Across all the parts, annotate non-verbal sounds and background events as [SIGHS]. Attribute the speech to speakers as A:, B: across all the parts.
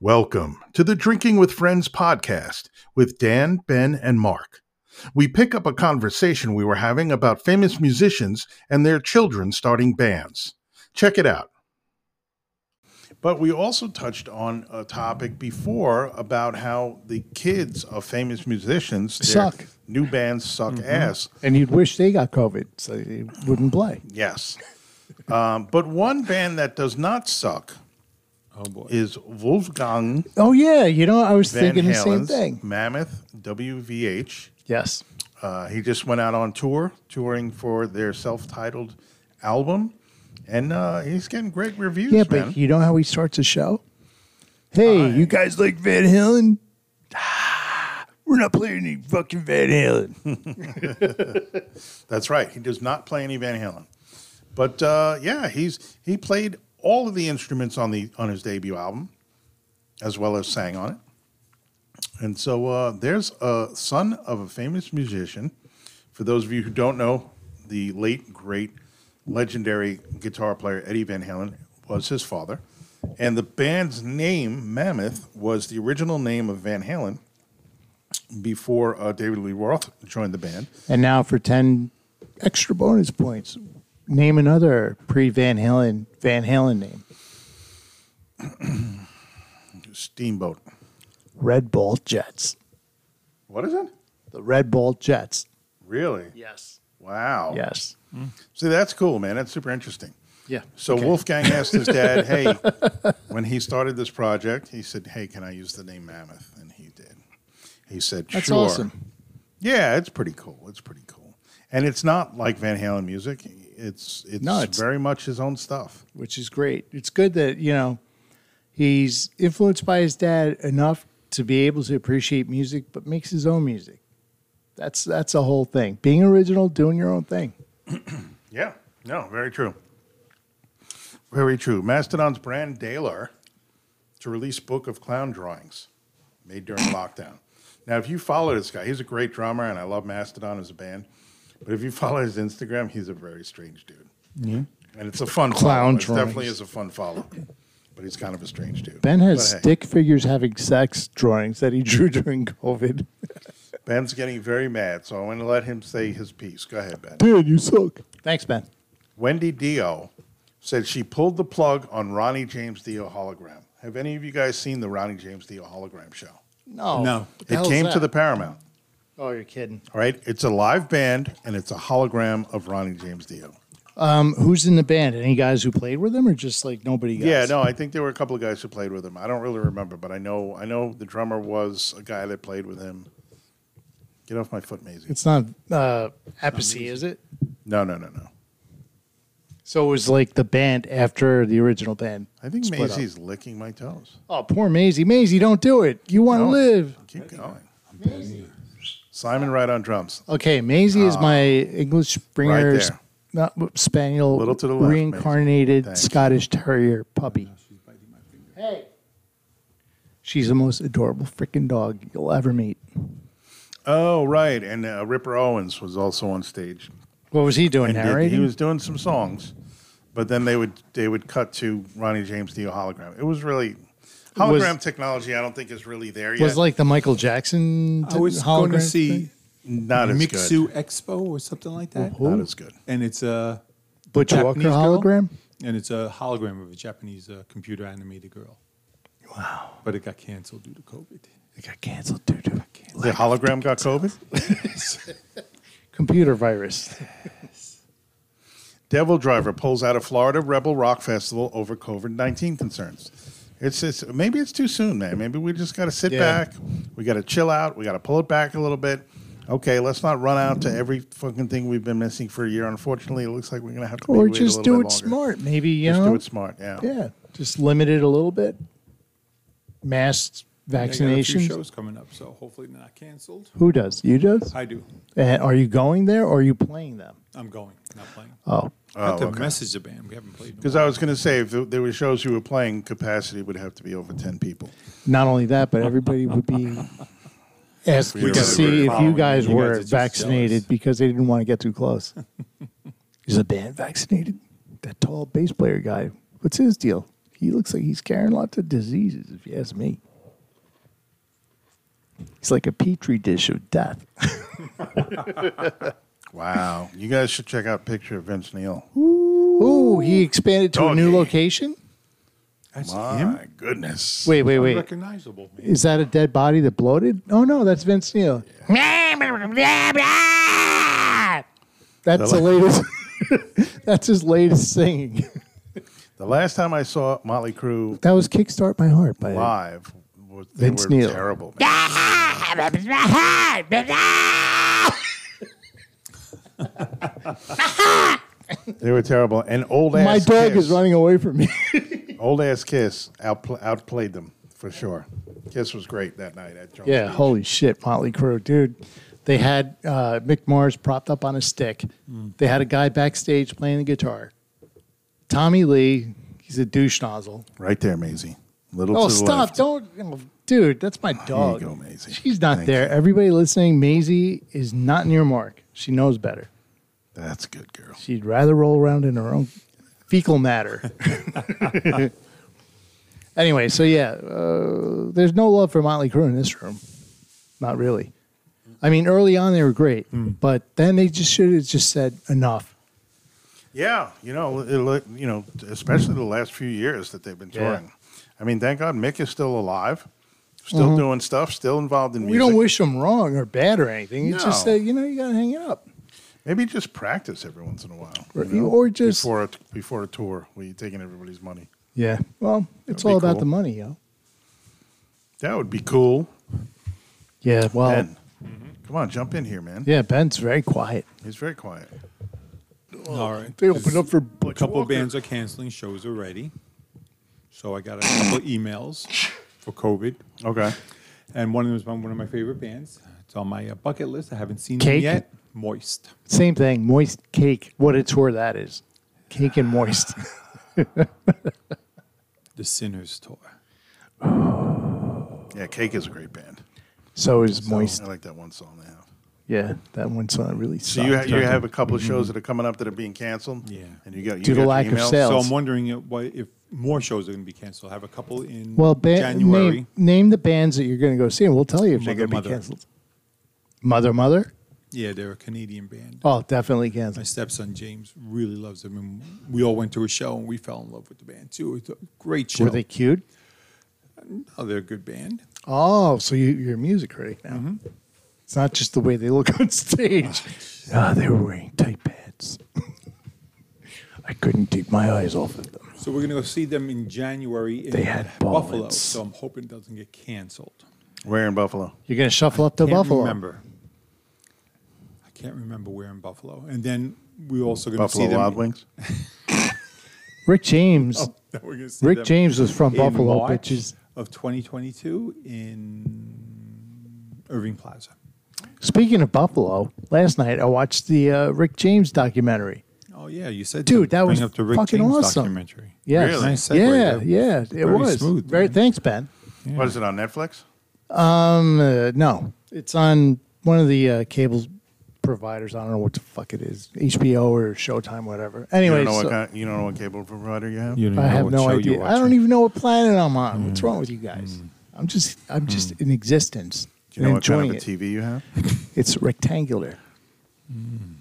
A: Welcome to the Drinking with Friends podcast with Dan, Ben, and Mark. We pick up a conversation we were having about famous musicians and their children starting bands. Check it out. But we also touched on a topic before about how the kids of famous musicians their
B: Suck.
A: New bands suck
C: Mm-hmm.
A: ass.
B: And you'd wish they got COVID so they wouldn't play.
A: Yes. um, but one band that does not suck
C: Oh boy.
A: is Wolfgang
B: Oh, yeah. You know, I was
A: Van
B: thinking the same
A: Halen's
B: thing.
A: Mammoth WVH.
B: Yes.
A: Uh, he just went out on tour, touring for their self-titled album, and uh, he's getting great reviews.
B: Yeah,
A: man.
B: but you know how he starts a show? Hey, you guys like Van Halen? [SIGHS] Ah, We're not playing any fucking Van Halen.
A: That's right. He does not play any Van Halen, but uh, yeah, he's he played all of the instruments on the on his debut album, as well as sang on it. And so uh, there's a son of a famous musician. For those of you who don't know, the late great legendary guitar player Eddie Van Halen was his father, and the band's name Mammoth was the original name of Van Halen before uh, David Lee Roth joined the band.
B: and now for 10 extra bonus points, name another pre Van Halen Van Halen name
A: Steamboat.
B: Red Bull Jets.
A: What is it?
B: The Red Bull Jets.
A: Really?
B: Yes.
A: Wow.
B: Yes.
A: See, that's cool, man. That's super interesting.
B: Yeah.
A: So Wolfgang asked his
B: [LAUGHS]
A: dad, "Hey, when he started this project, he said, "Hey, can I use the name Mammoth?" And he did. He said,
B: That's
A: "Sure."
B: awesome.
A: Yeah, it's pretty cool. It's pretty cool. And it's not like Van Halen music. It's it's,
B: No, it's-
A: very much his own stuff.
B: which is great. It's good that, you know, he's influenced by his dad enough to be able to appreciate music, but makes his own music. That's that's a whole thing. Being original, doing your own thing.
A: Yeah. No, very true. Very true. Mastodon's Brand Daler to release book of clown drawings made
B: [COUGHS]
A: during lockdown. Now, if you follow this guy, he's a great drummer, and I love Mastodon as a band. But if you follow his Instagram, he's a very strange dude. And it's a fun
B: Clown
A: follow. It definitely
B: drawings.
A: is a fun follow. But he's kind of a strange dude.
B: Ben has
A: But hey.
B: stick figures having sex drawings that he [LAUGHS] drew during COVID.
A: Ben's getting very mad, so I'm going to let him say his piece. Go ahead, Ben.
B: Dude, you suck. Thanks, Ben.
A: Wendy Dio said she pulled the plug on Ronnie James Dio hologram. Have any of you guys seen the Ronnie James Dio hologram show?
B: No.
C: No.
B: What the
A: It
B: hell is
A: came to
B: that?
A: the Paramount.
B: Oh, you're kidding.
A: All right, it's a live band and it's a hologram of Ronnie James Dio.
B: Um, who's in the band? Any guys who played with him or just like nobody else?
A: Yeah, no, I think there were a couple of guys who played with him. I don't really remember, but I know I know the drummer was a guy that played with him. Get off my foot, Maisie.
B: It's not uh Apathy, is it?
A: No, no, no, no.
B: So it was like the band after the original band.
A: I think
B: split up.
A: Maisie's licking my toes.
B: Oh, poor Maisie. Maisie, don't do it. You want to
A: No.
B: live.
A: Keep going. Simon Wright on drums.
B: Okay, Maisie is my English Springer
A: Ah. there.
B: sp- not w- spaniel,
A: Little to the left, Maisie.
B: reincarnated
A: Thanks.
B: Scottish Terrier puppy. Hey. She's the most adorable freaking dog you'll ever meet.
A: Oh, right. And uh, Ripper Owens was also on stage.
B: What was he doing,
A: And did- he
B: narrating?
A: was doing some songs, but then they would they would cut to Ronnie James Dio hologram. It was really hologram technology. I don't think is really there yet.
B: Was like the Michael Jackson.
C: I was going to
B: hologram
C: see
B: thing?
A: not as
C: Mixu Expo or something like that.
A: good. Not as good.
C: And it's a
B: Butch Walker
C: Japanese girl,
B: hologram.
C: and it's a hologram of a Japanese uh, computer animated girl. Wow. But it got canceled due to COVID.
B: It got canceled due to
A: The hologram got COVID.
B: computer virus.
A: Devil Driver pulls out of Florida Rebel Rock Festival over COVID nineteen concerns. It's, it's maybe it's too soon, man. Maybe we just got to sit
B: Yeah.
A: back. We got to chill out. We got to pull it back a little bit. Okay, let's not run out to every fucking thing we've been missing for a year. Unfortunately, it looks like we're gonna have to
B: Or
A: maybe wait a
B: just
A: little
B: do
A: bit
B: it
A: longer.
B: smart. Maybe, you
A: Just
B: know.
A: do it smart. Yeah.
B: Yeah, just limit it a little bit. Mass
C: I got a few
B: vaccinations.
C: shows coming up, so hopefully they're not canceled.
B: Who does? You does?
C: I do.
B: And are you going there or are you playing them?
C: I'm going, not playing.
B: Oh,
C: I have to message the band. We haven't played. in a
A: Because I was going to say, if there were shows you were playing, capacity would have to be over 10 people.
B: not only that, but everybody would
C: [LAUGHS]
B: be asked
A: We
B: to
A: gotta do it.
B: see if you guys
C: You guys
B: were
C: are just
B: vaccinated
C: jealous.
B: because they didn't want to get too close. [LAUGHS] Is the band vaccinated? That tall bass player guy. What's his deal? He He looks like he's carrying lots of diseases, if you ask me. He's like a petri dish of death.
A: Wow. You guys should check out a picture of Vince Neil.
B: Ooh, he expanded to a new
A: Doggy.
B: location?
C: That's
A: My
C: him.
A: goodness.
B: Wait, wait, wait.
C: Recognizable. Man.
B: Is that a dead body that bloated? Oh no, that's Vince Neil. That's the latest. [LAUGHS] that's his latest singing.
A: The last time I saw Motley Crue
B: That was "Kickstart My Heart" by
A: live, was, they
B: Vince
A: were
B: Neil.
A: terrible. man. They were terrible. And old ass
B: My dog
A: Kiss,
B: is running away from me. [LAUGHS]
A: Old ass Kiss outpl- outplayed them for sure. Kiss was great that night at Jones
B: yeah,
A: Beach.
B: holy shit, Motley Crue, dude. They had uh, Mick Mars propped up on a stick. They had a guy backstage playing the guitar. Tommy Lee, he's a douche nozzle.
A: right there, Maisie. Little
B: Oh,
A: to the
B: stop!
A: left.
B: Don't, oh, dude. That's my dog.
A: go, Maisie.
B: She's not
A: Thank
B: there.
A: you.
B: Everybody listening, Maisie is not near mark. She knows better.
A: That's a good girl.
B: She'd rather roll around in her own fecal matter. [LAUGHS] anyway, so yeah, uh, there's no love for Motley Crue in this room. Not really. I mean, early on they were great,
A: Hmm.
B: but then they just should have just said enough.
A: Yeah, you know, it, look- you know, especially the last few years that they've been
B: Yeah.
A: touring. I mean, thank God Mick is still alive, still doing stuff, still involved in
B: Mm-hmm. We
A: music.
B: don't wish them wrong or bad or anything. It's just
A: No.
B: that you know you gotta hang it up.
A: Maybe just practice every once in a while,
B: Or- or just-
A: before a, before a tour where you're taking everybody's money.
B: Yeah. Well,
A: That'd
B: it's
A: be
B: all about
A: cool.
B: the money, yo.
A: That would be cool.
B: Yeah. Well.
A: Ben,
C: Mm-hmm.
A: come on, jump in here, man.
B: Oh. Yeah, Ben's very quiet.
A: He's very quiet.
C: All right.
B: They opened up for
C: a couple of bands are canceling shows already. So I got a
B: [COUGHS]
C: couple of emails for COVID,
A: Okay.
C: and one of them is one one of my favorite bands. It's on my uh, bucket list. I haven't seen
B: Cake?
C: them yet. Moist.
B: Same thing, moist cake. What a tour that is. Cake and
C: [LAUGHS]
B: moist.
C: The Sinners tour.
A: Yeah, Cake is a great band.
B: so is
A: So,
B: moist.
A: I like that one song they have.
B: Yeah, that one song really sucked.
A: So you, ha- you have a couple of shows that are coming up that are being canceled.
C: Yeah.
A: and you got you
B: Mm-hmm. Due to
A: got
B: lack of
A: emails?
B: sale.
C: So
B: Else.
C: I'm wondering if, what, if more shows are going to be canceled. I have a couple in
B: well, ba-
C: January.
B: Name, name the bands that you're going to go see, and we'll tell you if they're
C: Mother,
B: going to
C: Mother.
B: be canceled. Mother, mother.
C: Yeah, they're a Canadian band.
B: Oh, definitely
C: My
B: canceled.
C: stepson James really loves them, and we all went to a show and we fell in love with the band too. It's a great show.
B: Were they cued?
C: oh, they're a good band.
B: Oh, so you, you're a music critic now.
C: Mm-hmm.
B: It's not just the way they look on [LAUGHS] stage. Ah, they were wearing tight pants. [LAUGHS] I couldn't take my eyes off of them.
C: So we're going to go see them in January in
B: They had
C: Buffalo.
B: bullets.
C: So I'm hoping it doesn't get canceled.
A: Where in Buffalo?
B: You're going to shuffle up to
C: can't
B: Buffalo.
C: remember. I can't remember where in Buffalo. And then we're also going to
A: Buffalo
C: see them. [LAUGHS]
A: Wild Wings.
B: Rick James.
A: Oh.
C: Then we're gonna see
B: Rick
C: them
B: James was from
C: in
B: Buffalo,
C: March
B: bitches.
C: of 2022 in Irving Plaza.
B: Speaking of Buffalo, last night I watched the uh, Rick James documentary.
C: Oh yeah, you said
B: Dude,
C: to
B: that was
C: bring up the Rick
B: fucking
C: James
B: awesome.
C: documentary.
B: Yes.
A: Really?
C: Nice segue
B: yeah,
C: there.
B: yeah, it
C: Very
B: was.
C: smooth,
B: Very
C: man.
B: thanks, Ben.
A: What is it on Netflix?
B: Um, uh, no, it's on one of the uh, cable providers. I don't know what the fuck it is, HBO or Showtime, whatever. Anyway,
A: you don't know
B: so
A: what kind, you don't know what cable provider you Mm. have.
C: You don't
B: I
C: know
B: have
C: what
B: no
C: show
B: idea.
C: you're
B: I don't
C: watching.
B: even know what planet I'm on. What's wrong with you guys? I'm just, I'm just in existence.
A: Do Mm. you know
B: and
A: what kind of
B: enjoying
A: a
B: it.
A: TV you have?
B: It's rectangular.
A: Mm.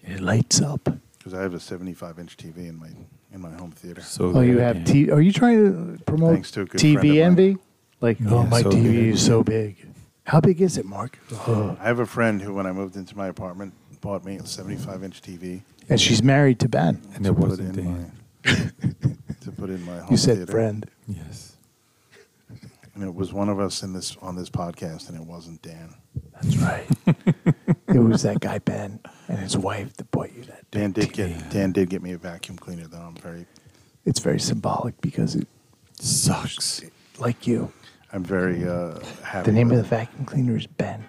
B: It lights up.
A: Because I have a 75 inch TV in my in my home theater.
C: So
B: Oh, you
C: there,
B: have
C: yeah.
B: T. Are you trying to promote
A: Thanks to a good friend of
B: TV
A: mine.
B: envy? Like, oh,
C: Yeah,
B: my
C: so
B: TV
C: good.
B: is so big. How big is it, Mark? Oh.
A: I have a friend who, when I moved into my apartment, bought me a 75 inch TV
B: And she's married to Ben.
C: and there
A: to put
C: wasn't
A: in
C: Dan.
B: [LAUGHS]
A: my- to put in my home
B: You said
A: theater.
B: friend.
C: Yes.
A: and it was one of us in this on this podcast, and it wasn't Dan.
B: That's right. [LAUGHS] it was that guy Ben and his wife that bought you that.
A: Dan did
B: big
A: get Dan did get me a vacuum cleaner, though. I'm very
B: TV. It's very symbolic because it,
C: Sucks.
B: like you,
A: I'm very uh, happy.
B: Mm. the name of
A: with
B: the vacuum cleaner is Ben.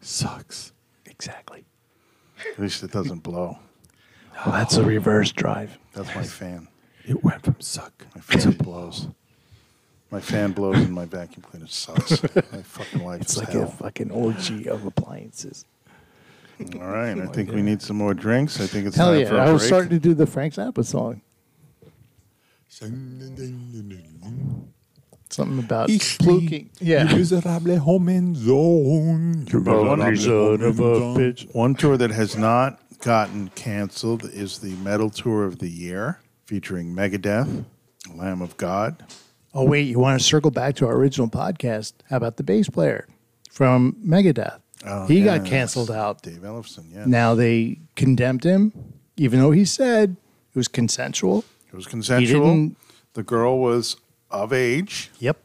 C: Sucks.
B: Exactly.
A: it. At least it doesn't blow.
B: Oh, that's a reverse drive.
A: That's my
B: [LAUGHS]
A: fan.
C: It went from suck.
A: My fan blows. My fan blows, and my vacuum cleaner
B: [LAUGHS]
A: sucks. my fucking life
B: It's
A: is
B: like a
A: hell.
B: fucking orgy of appliances.
A: All
B: [LAUGHS]
A: right, I think we need some more drinks. I think it's
B: Oh Hell
A: time
B: yeah!
A: for a
B: I was
A: break.
B: starting to do the Frank Zappa song. Something about
C: Ich
B: pluking. Yeah.
C: miserable Homen zone. You miserable Homen zone.
A: One tour that has not gotten canceled is the metal tour of the year featuring Megadeth, Lamb of God.
B: Oh, wait, you want to circle back to our original podcast? How about the bass player from Megadeth?
A: Oh,
B: he got
A: yes.
B: canceled out.
A: Dave Ellefson, yeah.
B: Now they condemned him, even though he said it was consensual.
A: It was consensual.
B: didn't-
A: The girl was of age.
B: Yep.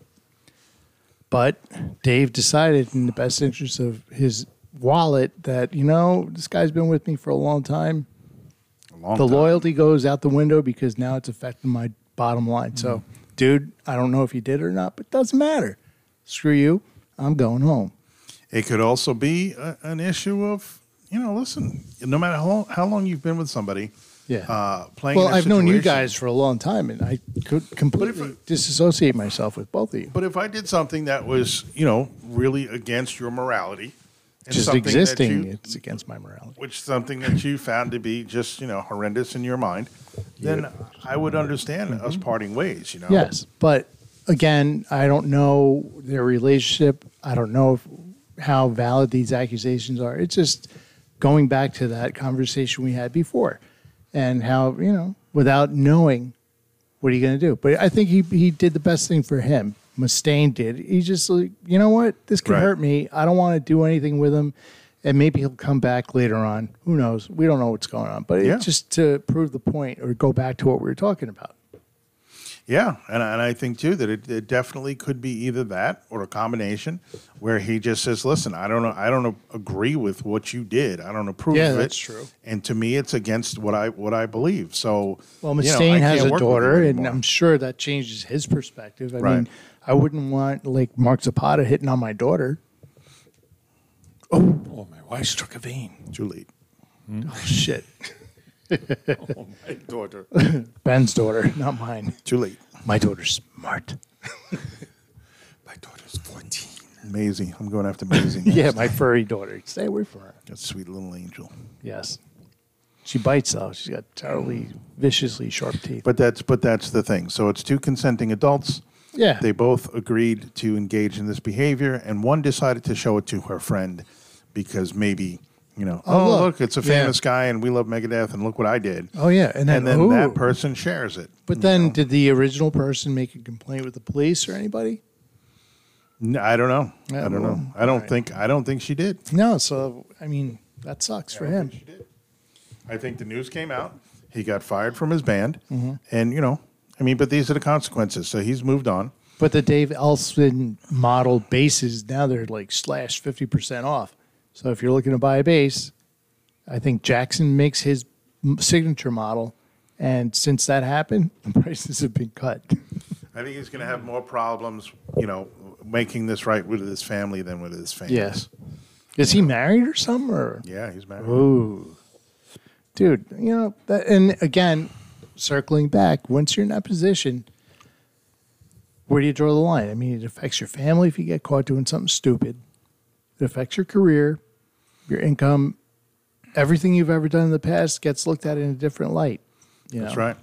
B: But Dave decided, in the best interest of his wallet, that, you know, this guy's been with me for a long time.
A: A long
B: the
A: time.
B: loyalty goes out the window because now it's affecting my bottom line. So,
A: Mm-hmm.
B: dude, I don't know if you did or not, but it doesn't matter. Screw you. I'm going home.
A: It could also be a, an issue of, you know, listen, no matter how, how long you've been with somebody,
B: Yeah.
A: uh, playing.
B: well,
A: in a
B: I've known you
A: situation-
B: guys for a long time, and I could completely disassociate myself with both of you.
A: But if I did something that was, you know, really against your morality, and
B: Just
A: something that
B: existing,
A: you-
B: it's against my morality.
A: which something that you found to be just you know horrendous in your mind, then I would understand us
B: Mm-hmm.
A: parting ways. You know,
B: Yes, but again, I don't know their relationship. I don't know if, how valid these accusations are. It's just going back to that conversation we had before, and how you know without knowing, what are you going to do? But I think he he did the best thing for him. Mustaine did. He just like you know what this could
A: Right.
B: hurt me. I don't want to do anything with him. And maybe he'll come back later on. Who knows? We don't know what's going on. But
A: Yeah.
B: it's just to prove the point or go back to what we were talking about.
A: yeah, and and I think too that it, it definitely could be either that or a combination where he just says, "Listen, I don't know, I don't agree with what you did. I don't approve
B: Yeah,
A: of it.
B: that's true.
A: And to me, it's against what I what I believe. So,
B: Well,
A: you know,
B: Mustaine
A: I
B: has
A: can't work
B: a
A: with him
B: daughter, and
A: anymore.
B: I'm sure that changes his perspective. I
A: Right.
B: mean, I wouldn't want like Mark Zapata hitting on my daughter. Oh,
C: Oh, my
B: I
C: wife.
B: struck a vein.
A: too late.
B: Oh [LAUGHS] shit,
A: Oh,
C: My daughter.
B: Ben's daughter, not mine.
A: Too late.
B: My daughter's smart.
C: My daughter's 14.
A: Maisie, I'm going after
B: [LAUGHS]
A: Maisie. Next.
B: Yeah, my furry daughter. Stay away from her.
A: that sweet little angel.
B: Yes, she bites though. She's got terribly viciously sharp teeth.
A: But that's but that's the thing. So it's two consenting adults.
B: Yeah.
A: They both agreed to engage in this behavior, and one decided to show it to her friend because maybe you know, oh,
B: look.
A: look, it's a
B: Yeah.
A: famous guy, and we love Megadeth, and look what I did.
B: oh yeah, and then,
A: and then
B: ooh.
A: that person shares it.
B: But then, did the original person make a complaint with the police or anybody?
A: N- I don't know.
B: Yeah,
A: I don't
B: well,
A: know. I don't think. I don't think she did.
B: No. So I mean, that sucks for
A: I don't
B: him.
A: think she did. I think the news came out. He got fired from his band,
B: Mm-hmm.
A: and you know, I mean, but these are the consequences. So he's moved on.
B: But the Dave Elson model bases now they're like slash fifty percent off. So if you're looking to buy a base, I think Jackson makes his m- signature model, and since that happened, [LAUGHS] the prices have been cut.
A: I think he's going to have more problems, you know, making this right with his family than with his fans.
B: Yes. Is he married or something? Or?
A: Yeah, he's mad.
B: Ooh, dude, you know that. And again, circling back, once you're in that position, where do you draw the line? I mean, it affects your family if you get caught doing something stupid. It affects your career, your income, everything you've ever done in the past gets looked at in a different light. You
A: That's
B: know?
A: right.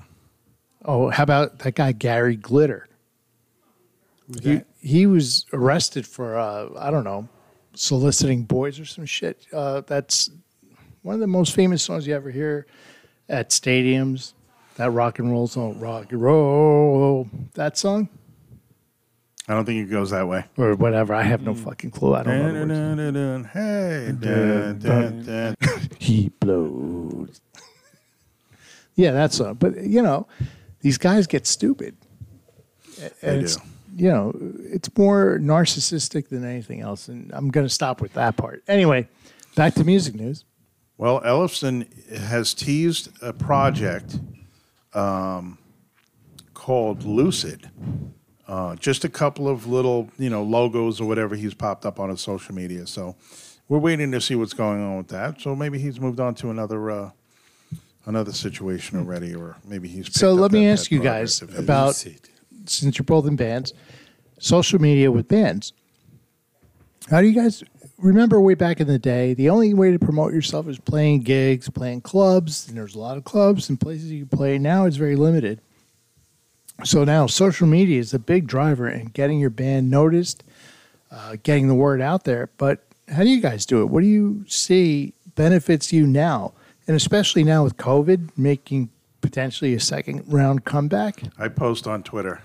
B: Oh, how about that guy Gary Glitter? He, he was arrested for uh, I don't know, soliciting boys or some shit. Uh, that's one of the most famous songs you ever hear at stadiums. That rock and roll song, rock and roll. That song
A: I don't think it goes that way.
B: or whatever. I have no fucking clue. I don't know. the words.
A: Hey, dun, dun, dun.
B: He blows. [LAUGHS] yeah, that's a. But you know, these guys get stupid. And it's,
A: do.
B: You know, it's more narcissistic than anything else, and I'm going to stop with that part. Anyway, back to music news.
A: well, Ellefson has teased a project um, called Lucid. Uh, just a couple of little, you know, logos or whatever he's popped up on his social media. So we're waiting to see what's going on with that. So maybe he's moved on to another uh, another situation already, or maybe he's. picked
B: So
A: up
B: let me
A: that-
B: ask
A: that
B: you
A: progress
B: guys
A: of his.
B: about
C: Lucid.
B: since you're both in bands, social media with bands. How do you guys remember way back in the day? The only way to promote yourself is playing gigs, playing clubs, and there's a lot of clubs and places you can play. Now it's very limited. So now social media is a big driver in getting your band noticed, uh, getting the word out there. But how do you guys do it? What do you see benefits you now? And especially now with COVID, making potentially a second round comeback?
A: I post on Twitter.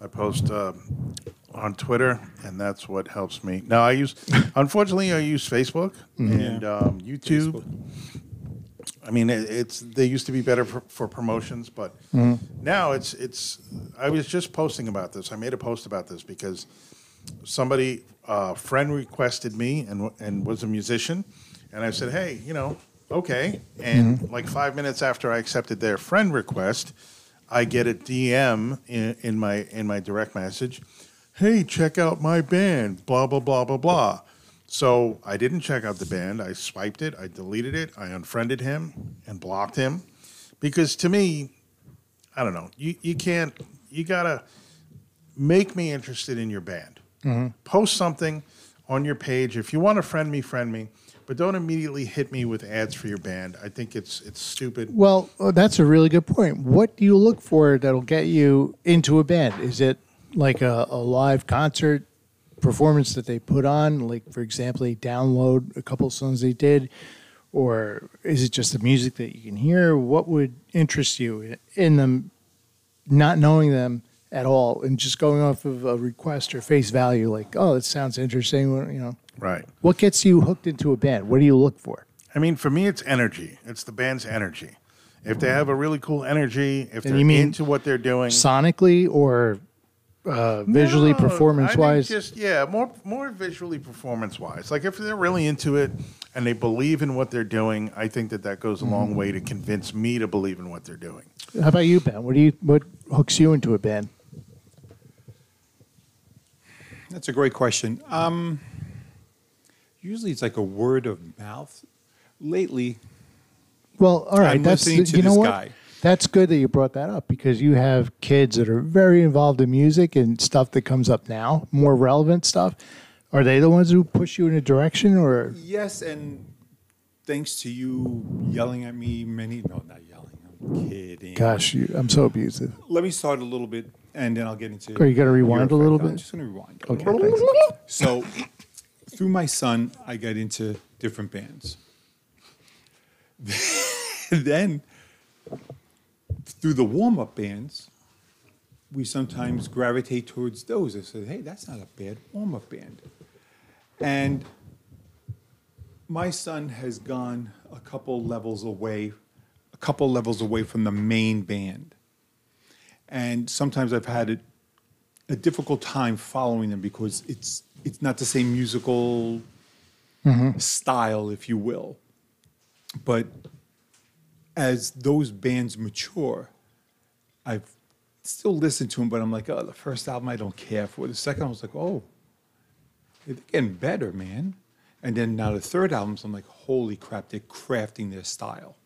A: I post uh, on Twitter, and that's what helps me. Now I
C: [LAUGHS]
A: use, unfortunately, I use Facebook and
C: Mm-hmm. Yeah.
A: um, YouTube.
C: Facebook.
A: I mean, it, it's they used to be better for, for promotions, but
C: Mm-hmm.
A: now it's it's. I was just posting about this. I made a post about this because somebody uh, friend requested me and w- and was a musician, and I said, hey, you know, okay. And like five minutes after I accepted their friend request, I get a DM in, in my in my direct message, hey, check out my band, blah blah blah blah blah. So I didn't check out the band. I swiped it, I deleted it, I unfriended him and blocked him because to me, I don't know. You you can't. You gotta make me interested in your band.
B: Mm-hmm.
A: Post something on your page if you want to friend me, friend me. But don't immediately hit me with ads for your band. I think it's it's stupid.
B: Well, uh, that's a really good point. What do you look for that'll get you into a band? Is it like a, a live concert performance that they put on? Like, for example, they download a couple songs they did, or is it just the music that you can hear? What would interest you in- in them, not knowing them at all, and just going off of a request or face value? Like, oh, that sounds interesting. or, You know,
A: Right.
B: what gets you hooked into a band? What do you look for?
A: I mean, for me, it's energy. It's the band's energy. If they have a really cool energy, if
B: Mm-hmm. And
A: they're
B: you mean
A: into what they're doing,
B: sonically or uh, visually,
A: No, I think
B: performance wise.
A: Just yeah, more more visually performance wise. Like if they're really into it and they believe in what they're doing, I think that that goes a long way to convince me to believe in what they're doing.
B: How about you, Ben? What do you what hooks you into a band?
C: That's a great question. Um, usually it's like a word of mouth. Lately,
B: Well, all right,
C: I'm
B: that's
C: listening to
B: you know
C: this
B: what.
C: guy.
B: That's good that you brought that up because you have kids that are very involved in music and stuff that comes up now, more relevant stuff. Are they the ones who push you in a direction, or
C: yes, and thanks to you yelling at me, many no, not yelling. I'm kidding.
B: gosh, you, I'm so abusive.
C: Let me start a little bit, and then I'll get into.
B: Are you gonna
C: your
B: rewind a little
C: effect. I'm
B: bit?
C: just gonna rewind.
B: Okay, thanks.
C: So, through my son, I got into different bands. [LAUGHS] then, through the warm up bands, we sometimes gravitate towards those. I said, hey, that's not a bad warm up band. And my son has gone a couple levels away, a couple levels away from the main band. And sometimes I've had it a difficult time following them because it's it's not the same musical style, if you will. But as those bands mature, I've still listened to them, but I'm like, oh, the first album I don't care for. The second I was like, oh, they're getting better, man. And then now the third album, so I'm like, holy crap, they're crafting their style.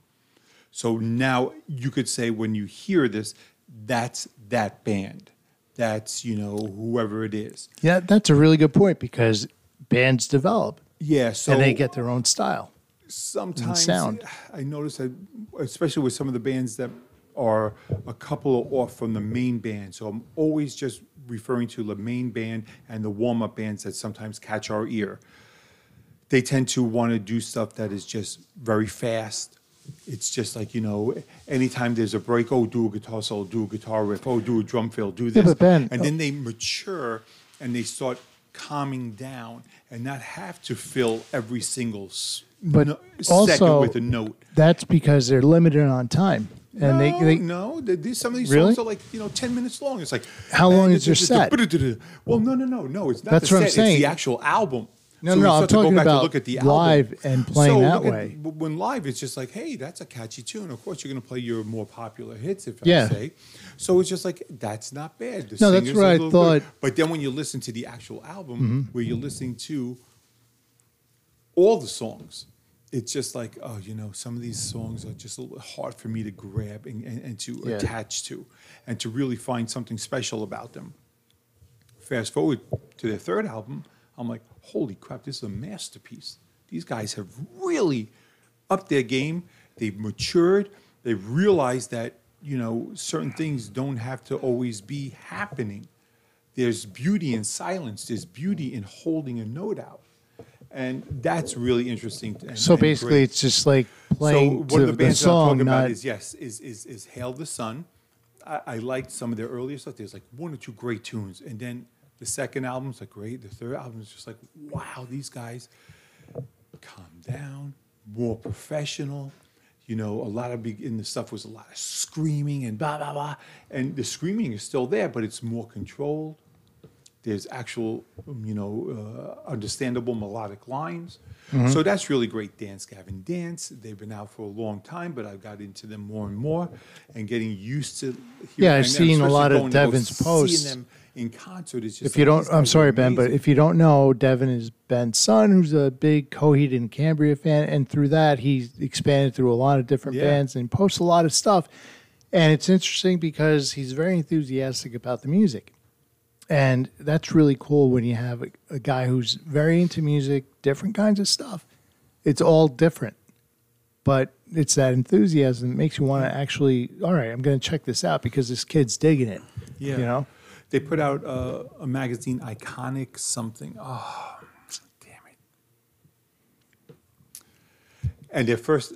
C: So now you could say when you hear this, that's that band. That's, you know, whoever it is.
B: Yeah, that's a really good point because bands develop
C: Yeah. So
B: and they get their own style.
C: sometimes
B: sound.
C: I notice that, especially with some of the bands that are a couple off from the main band. So I'm always just referring to the main band and the warm up bands that sometimes catch our ear. They tend to want to do stuff that is just very fast. It's just like, you know, anytime there's a break, oh, do a guitar solo, do a guitar riff, oh, do a drum fill, do this.
B: but Ben, uh
C: and then they mature and they start calming down and not have to fill every single s-
B: But
C: no- second
B: also-
C: with a note.
B: That's because they're limited on time, and
C: no,
B: they, they
C: no, th- these, some of these
B: Really?
C: songs are like you know ten minutes long. It's like eh,
B: How long is your set?
C: [LAUGHS] Well, no, no, no, no. It's not
B: That's
C: the
B: what I'm
C: set. It's
B: saying.
C: the actual album.
B: No,
C: So
B: no,
C: we
B: I'm
C: start to
B: talking
C: go back to
B: about
C: look at the
B: live
C: album.
B: and playing
C: So
B: that
C: look at-
B: way.
C: w- when live, it's just like, hey, that's a catchy tune. Of course, you're going to play your more popular hits, if
B: Yeah.
C: I say. So it's just like that's not bad. The
B: No, that's
C: singer's
B: what
C: a
B: I
C: little good.
B: thought. Mm-hmm.
C: But then when you listen to the actual album, where you're listening to all the songs. It's just like, oh, you know, some of these songs are just a little hard for me to grab and, and, and to
B: Yeah.
C: attach to and to really find something special about them. Fast forward to their third album, I'm like, holy crap, this is a masterpiece. These guys have really upped their game. They've matured. They've realized that you know, certain things don't have to always be happening. There's beauty in silence. There's beauty in holding a note out, and that's really interesting. And,
B: So
C: and great.
B: basically, it's just like
C: so
B: playing
C: one
B: to
C: of
B: the,
C: the bands that I'm
B: song,
C: talking
B: not
C: about is yes, is is is Hail the Sun. I, I liked some of their earlier stuff. There's like one or two great tunes, and then the second album's like great. The third album's just like wow, these guys calm down, more professional. You know, a lot of big in the stuff was a lot of screaming and blah blah blah, and the screaming is still there, but it's more controlled. There's actual, um, you know, uh, understandable melodic lines.
B: Mm-hmm.
C: So that's really great. Dance Gavin Dance. They've been out for a long time, but I've got into them more and more, and getting used to. Hearing,
B: Yeah, I've
C: and
B: seen a
C: especially
B: lot of
C: going to go
B: Devin's
C: seeing
B: posts.
C: them in concert is just.
B: If you
C: like, these
B: don't, I'm
C: guys are
B: sorry, Ben, but
C: amazing.
B: if you don't know, Devin is Ben's son, who's a big Coheed and Cambria fan, and through that, he's expanded through a lot of different
C: Yeah.
B: bands and posts a lot of stuff. And it's interesting because he's very enthusiastic about the music, and that's really cool when you have a, a guy who's very into music, different kinds of stuff. It's all different, but it's that enthusiasm that makes you want to actually. All right, I'm going to check this out because this kid's digging it.
C: Yeah.
B: you know.
C: They put out uh, a magazine, Iconic something. Oh, damn it. And their first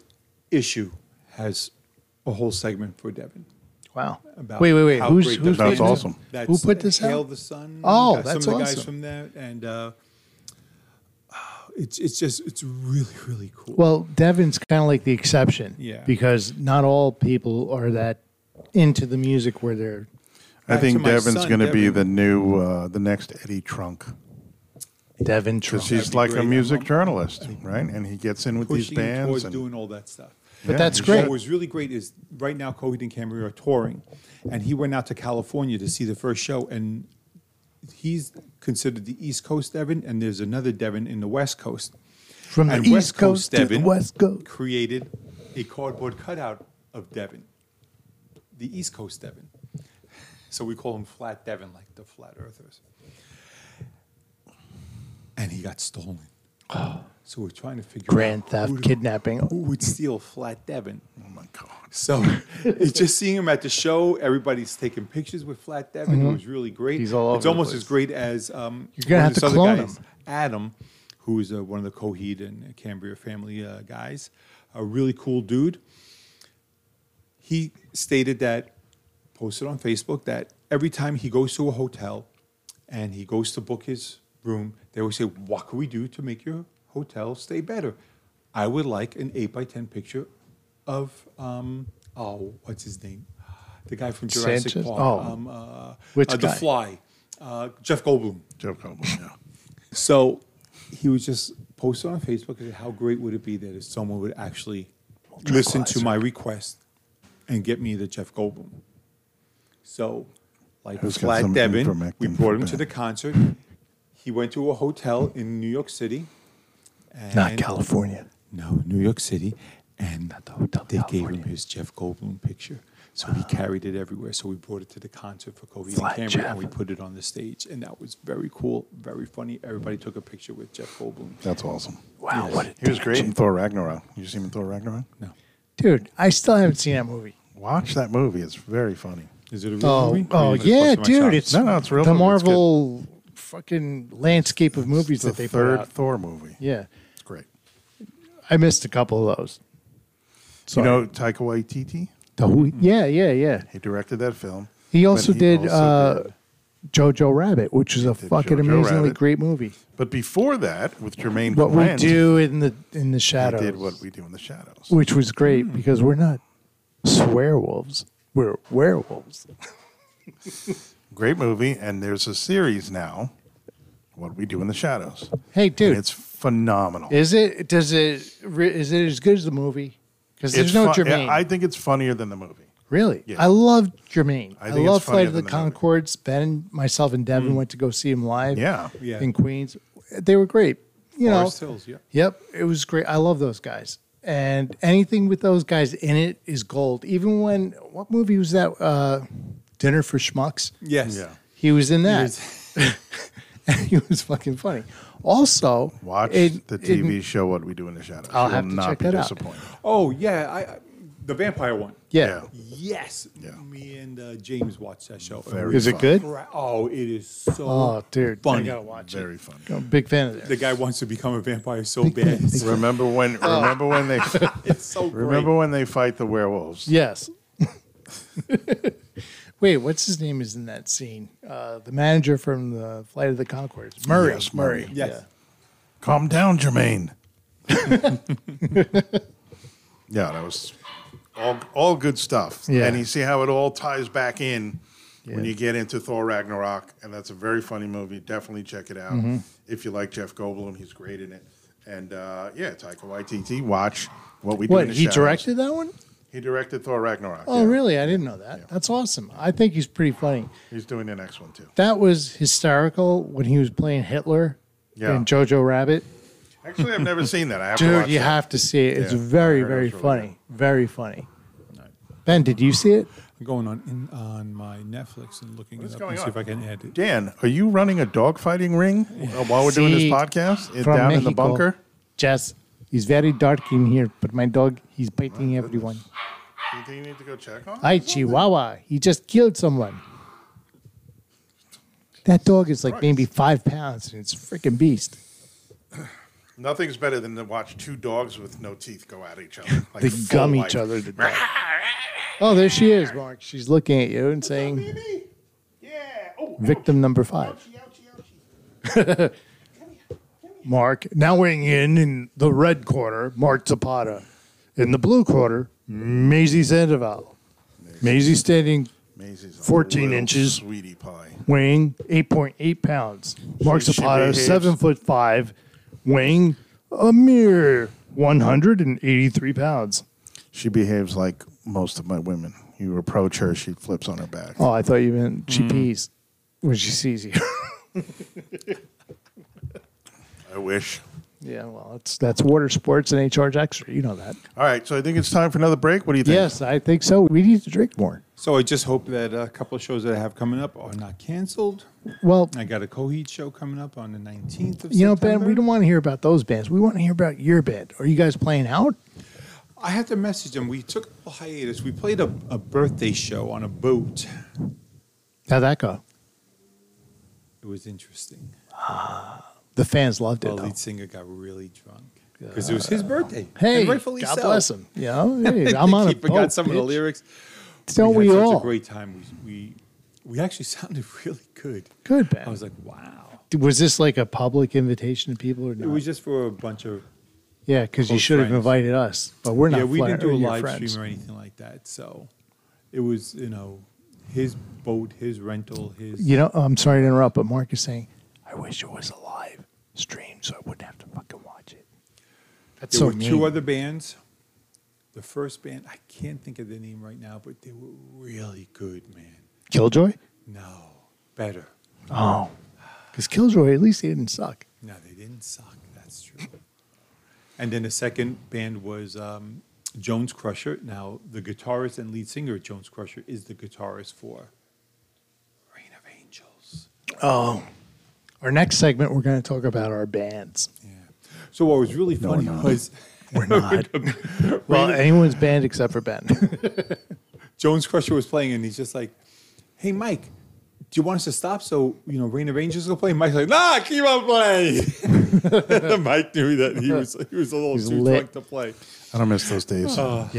C: issue has a whole segment for Devin.
B: Wow.
C: About
B: wait, wait, wait.
C: how
B: Who's
C: great
B: who's
C: the
A: That's
B: putting this-
A: awesome.
B: Who put this
C: Hail
B: out?
C: the Sun.
B: Oh,
C: Got
B: that's
C: Some of the
B: awesome.
C: guys from that. And uh, it's, it's just, it's really, really cool.
B: Well, Devin's kind of like the exception.
C: Yeah.
B: Because not all people are that into the music where they're.
A: I
C: Back to
A: think
C: my
A: Devin's
C: son,
A: going to be
C: Devin. Oh,
A: the new, uh, the next Eddie Trunk.
B: Devin
A: Because
B: Trump.
A: he's
C: That'd be
A: like a
C: great.
A: music
C: I'm-
A: journalist, right? And he gets in with these
C: pushing you
A: bands.
C: towards
A: And,
C: doing all that stuff.
B: But
A: Yeah,
B: that's
A: you
B: great.
C: What was really great is right now Coheed and Cambria are touring, and he went out to California to see the first show, and he's considered the East Coast Devin, and there's another Devin in the West Coast.
B: From the
C: and
B: East
C: West
B: Coast to the
C: Devin
B: West Coast.
C: created a cardboard cutout of Devin, the East Coast Devin. So we call him Flat Devin, like the flat earthers. And he got stolen. So we're trying to figure
B: Oh. Grand
C: out
B: theft,
C: who to-
B: kidnapping.
C: who would steal Flat Devin.
A: oh my God.
C: So [LAUGHS] it's just seeing him at the show. Everybody's taking pictures with Flat Devin. It was really great.
B: Mm-hmm. He's all
C: it's
B: over the
C: almost
B: place.
C: as great as um,
B: You're gonna
C: one
B: have
C: of this
B: to
C: other
B: clone
C: guy's,
B: him.
C: Adam, who is uh, one of the Coheed and Cambria family uh, guys. A really cool dude. He stated that, posted on Facebook that every time he goes to a hotel and he goes to book his room, they always say, "What can we do to make your hotel stay better?" I would like an eight by ten picture of um oh what's his name the guy from Jurassic
B: Sanchez?
C: Park
B: Oh.
C: um uh,
B: Which
C: uh, the
B: guy?
C: Fly uh, Jeff Goldblum
A: Joe Coblin, yeah.
C: so he was just posted on Facebook and said, how great would it be that if someone would actually listen to my request and get me the Jeff Goldblum so like
A: Who's got
C: Flat
A: some
C: Devin we
A: ivermectin
C: brought
A: for
C: him to
A: Ben?
C: the concert he went to a hotel in New York City
B: Not
C: and-
B: California.
C: no, New York City, and they gave him his Jeff Goldblum picture. So he carried it everywhere. So we brought it to the concert for Kobe and
B: Flat
C: Cambria,
B: Jeff.
C: and we put it on the stage, and that was very cool, very funny. Everybody took a picture with Jeff Goldblum.
A: That's awesome.
B: Wow, what a
A: He was great in Thor Ragnarok. You seen him in Thor Ragnarok?
C: No,
B: Dude, I still haven't seen that movie.
A: Watch that movie. It's very funny.
C: is it a real
B: Oh,
C: movie?
B: oh
C: Or is it
B: yeah,
C: supposed to be my
B: dude.
C: child?
B: It's
A: No, no, it's real
B: The
A: movie. It's good.
B: Marvel fucking landscape of movies
A: the
B: that they
A: third
B: put out.
A: Thor movie.
B: Yeah.
A: It's great.
B: I missed a couple of those. Sorry.
A: You know Taika Waititi?
B: The who- yeah, yeah, yeah.
A: He directed that film.
B: He
A: but
B: also did uh,
A: did-
B: Jojo Rabbit, which is a
A: did
B: fucking
A: Jojo
B: amazingly
A: Rabbit.
B: great movie.
A: But before that, with Jermaine
B: What we
A: Clement,
B: do in the in the
A: he
B: shadows,
A: did what Hmm. we do in the shadows.
B: which was great because we're not swearwolves, we're werewolves.
A: Great movie, and there's a series now. What we do in the shadows.
B: Hey,
A: And
B: dude,
A: it's phenomenal.
B: is it does it re- is it as good as the movie? Because
A: It's
B: there's no
A: fun-
B: Jermaine.
A: I think it's funnier than the movie.
B: really,
A: Yeah.
B: I love Jermaine.
A: I
B: I,
A: think it's
B: love Flight
A: funnier
B: of the
A: than the movie. Mm.
B: Concords. Ben, myself, and Devin went to go see him live.
A: Yeah.
C: Yeah.
B: in Queens, they were great. You know,
C: Forest Hills, yeah.
B: Yep, it was great. I love those guys, and anything with those guys in it is gold. Even when what movie was that? Uh, Dinner for Schmucks.
C: Yes.
A: Yeah.
B: He was in that. and [LAUGHS] he was fucking funny. Also,
A: Watch
B: in-
A: the
B: in-
A: TV show What We Do in the Shadows.
B: I'll
A: You
B: have
A: will
B: to
A: not
B: check
A: be
B: that out.
A: disappointed.
C: Oh yeah, I, I the vampire one.
B: Yeah.
C: Yes.
A: Yeah.
C: Me and uh, James watched that show.
A: Very
B: Is it
A: fun.
B: good?
C: Cra- Oh, it is so.
B: Oh, dude. I
C: funny.
B: gotta watch it.
A: Very funny.
B: I'm a big fan of that.
C: The guy wants to become a vampire
B: [LAUGHS]
C: so bad. It's,
A: Remember when? Remember when they?
B: Oh,
C: it's so great.
A: Remember when they fight the werewolves?
B: Yes. [LAUGHS] Wait, what's his name is in that scene? Uh, the manager from the Flight of the Concords. Murray.
A: Yes, Murray.
C: Yes.
A: Calm down, Jermaine. [LAUGHS] yeah, that was all all good stuff.
B: Yeah.
A: And you see how it all ties back in when
B: Yeah.
A: you get into Thor Ragnarok, and that's a very funny movie. Definitely check it out
B: Mm-hmm.
A: if you like Jeff Goldblum. He's great in it. And uh, yeah, Taika Waititi. Watch what we do. in
B: What,
A: the
B: he
A: Shadows.
B: directed that one?
A: He directed Thor Ragnarok.
B: Oh,
A: yeah.
B: really? I didn't know that. That's awesome. I think he's pretty funny.
A: He's doing the next one too.
B: That was hysterical when he was playing Hitler
A: Yeah.
B: in Jojo Rabbit.
A: Actually, I've
B: [LAUGHS]
A: never seen that. I have to
B: Dude,
A: watch
B: you
A: that.
B: have to see it. It's
A: Yeah, I
B: very,
A: heard it
B: very
A: was really
B: funny. Very funny. Ben, did you see it?
C: I'm going on in, on my Netflix and looking
A: What's
C: it up
A: going
C: and see
A: on?
C: if I can add it.
A: Dan, are you running a dogfighting ring uh, while we're doing this
B: See,
A: podcast? It-
B: From
A: down in the
B: Mexico.
A: bunker?
B: Jess, it's very dark in here, but my dog, he's biting everyone.
A: Do you think you need to go check on it?
B: Hi, Chihuahua. He just killed someone. That dog is like
A: Christ.
B: maybe five pounds and it's a freaking beast.
A: Nothing's better than to watch two dogs with no teeth go at each other. Like
B: They
A: full,
B: gum
A: like,
B: each other to [LAUGHS] death. Oh, there she is, Mark. She's looking at you and saying,
A: "Baby, Yeah. Oh,
B: victim number
A: ouch,
B: five.
A: ouchie, ouchie, ouchie.
B: Mark, now weighing in in the red corner, Mark Zapata. In the blue corner, Maisie Sandoval. Maisie standing
A: Maisie's a
B: 14
A: little
B: inches.
A: Sweetie pie.
B: weighing 8.8 pounds. Mark
A: She- she
B: Zapata,
A: behaves.
B: 7 foot 5, weighing a mere 183 pounds.
A: She behaves like most of my women. You approach her, she flips on her back.
B: Oh, I thought you meant she pees when she sees you. [LAUGHS]
A: I wish.
B: yeah, well, it's, that's water sports and they charge extra. You know that.
A: All right, so I think it's time for another break. What do you think?
B: Yes, I think so. We need to drink more.
C: So I just hope that a couple of shows that I have coming up are not canceled.
B: Well,
C: I got a Coheed show coming up on the 19th of
B: you know, Ben,
C: September.
B: we don't want to hear about those bands. We want to hear about your band. Are you guys playing out?
C: I had to message them. We took a hiatus. We played a, a birthday show on a boat.
B: How'd that go?
C: It was interesting.
B: The fans loved
C: The
B: it. though.
C: lead singer got really drunk because it was his birthday.
B: Hey,
C: and
B: God
C: rightfully so.
B: bless
C: [LAUGHS]
B: him. Yeah,
C: I
B: hey, I'm
C: think
B: on
C: he
B: a
C: forgot
B: boat,
C: some of the
B: bitch.
C: lyrics.
B: Don't we,
C: had such
B: all?
C: a great time. We, we we actually [LAUGHS] sounded really good.
B: Good, Ben.
C: I was like, wow.
B: was this like a public invitation to people or not?
C: It was just for a bunch of
B: yeah, because you
C: close
B: should have
C: friends.
B: invited us, but we're not.
C: yeah. We
B: fly-
C: didn't do a
B: your
C: live
B: friends.
C: stream or anything like that. So it was you know his boat, his rental, his
B: You know, I'm sorry to interrupt, but Mark is saying, "I wish it was a live stream so I wouldn't have to fucking watch it." That's
C: There
B: so
C: were
B: mean.
C: two other bands. The first band, I can't think of the name right now, but they were really good, man.
B: Killjoy.
C: No, better.
B: Oh, because Killjoy at least he didn't suck.
C: No, they didn't suck. That's true. And then the second band was um, Jones Crusher. Now, the guitarist and lead singer of Jones Crusher is the guitarist for Reign of Angels.
B: Oh, our next segment we're going to talk about our bands.
C: Yeah. So what was really funny was [LAUGHS]
B: We're not. well, anyone's band except for Ben. [LAUGHS]
C: Jones Crusher was playing, and he's just like, "Hey, Mike, do you want us to stop so you know Rain of Angels will play?" And Mike's like, "Nah, keep on playing." [LAUGHS] Mike knew that he was he was a little
B: He's
C: too
B: lit.
C: drunk to play.
A: I don't miss those days.
B: yeah.
C: That was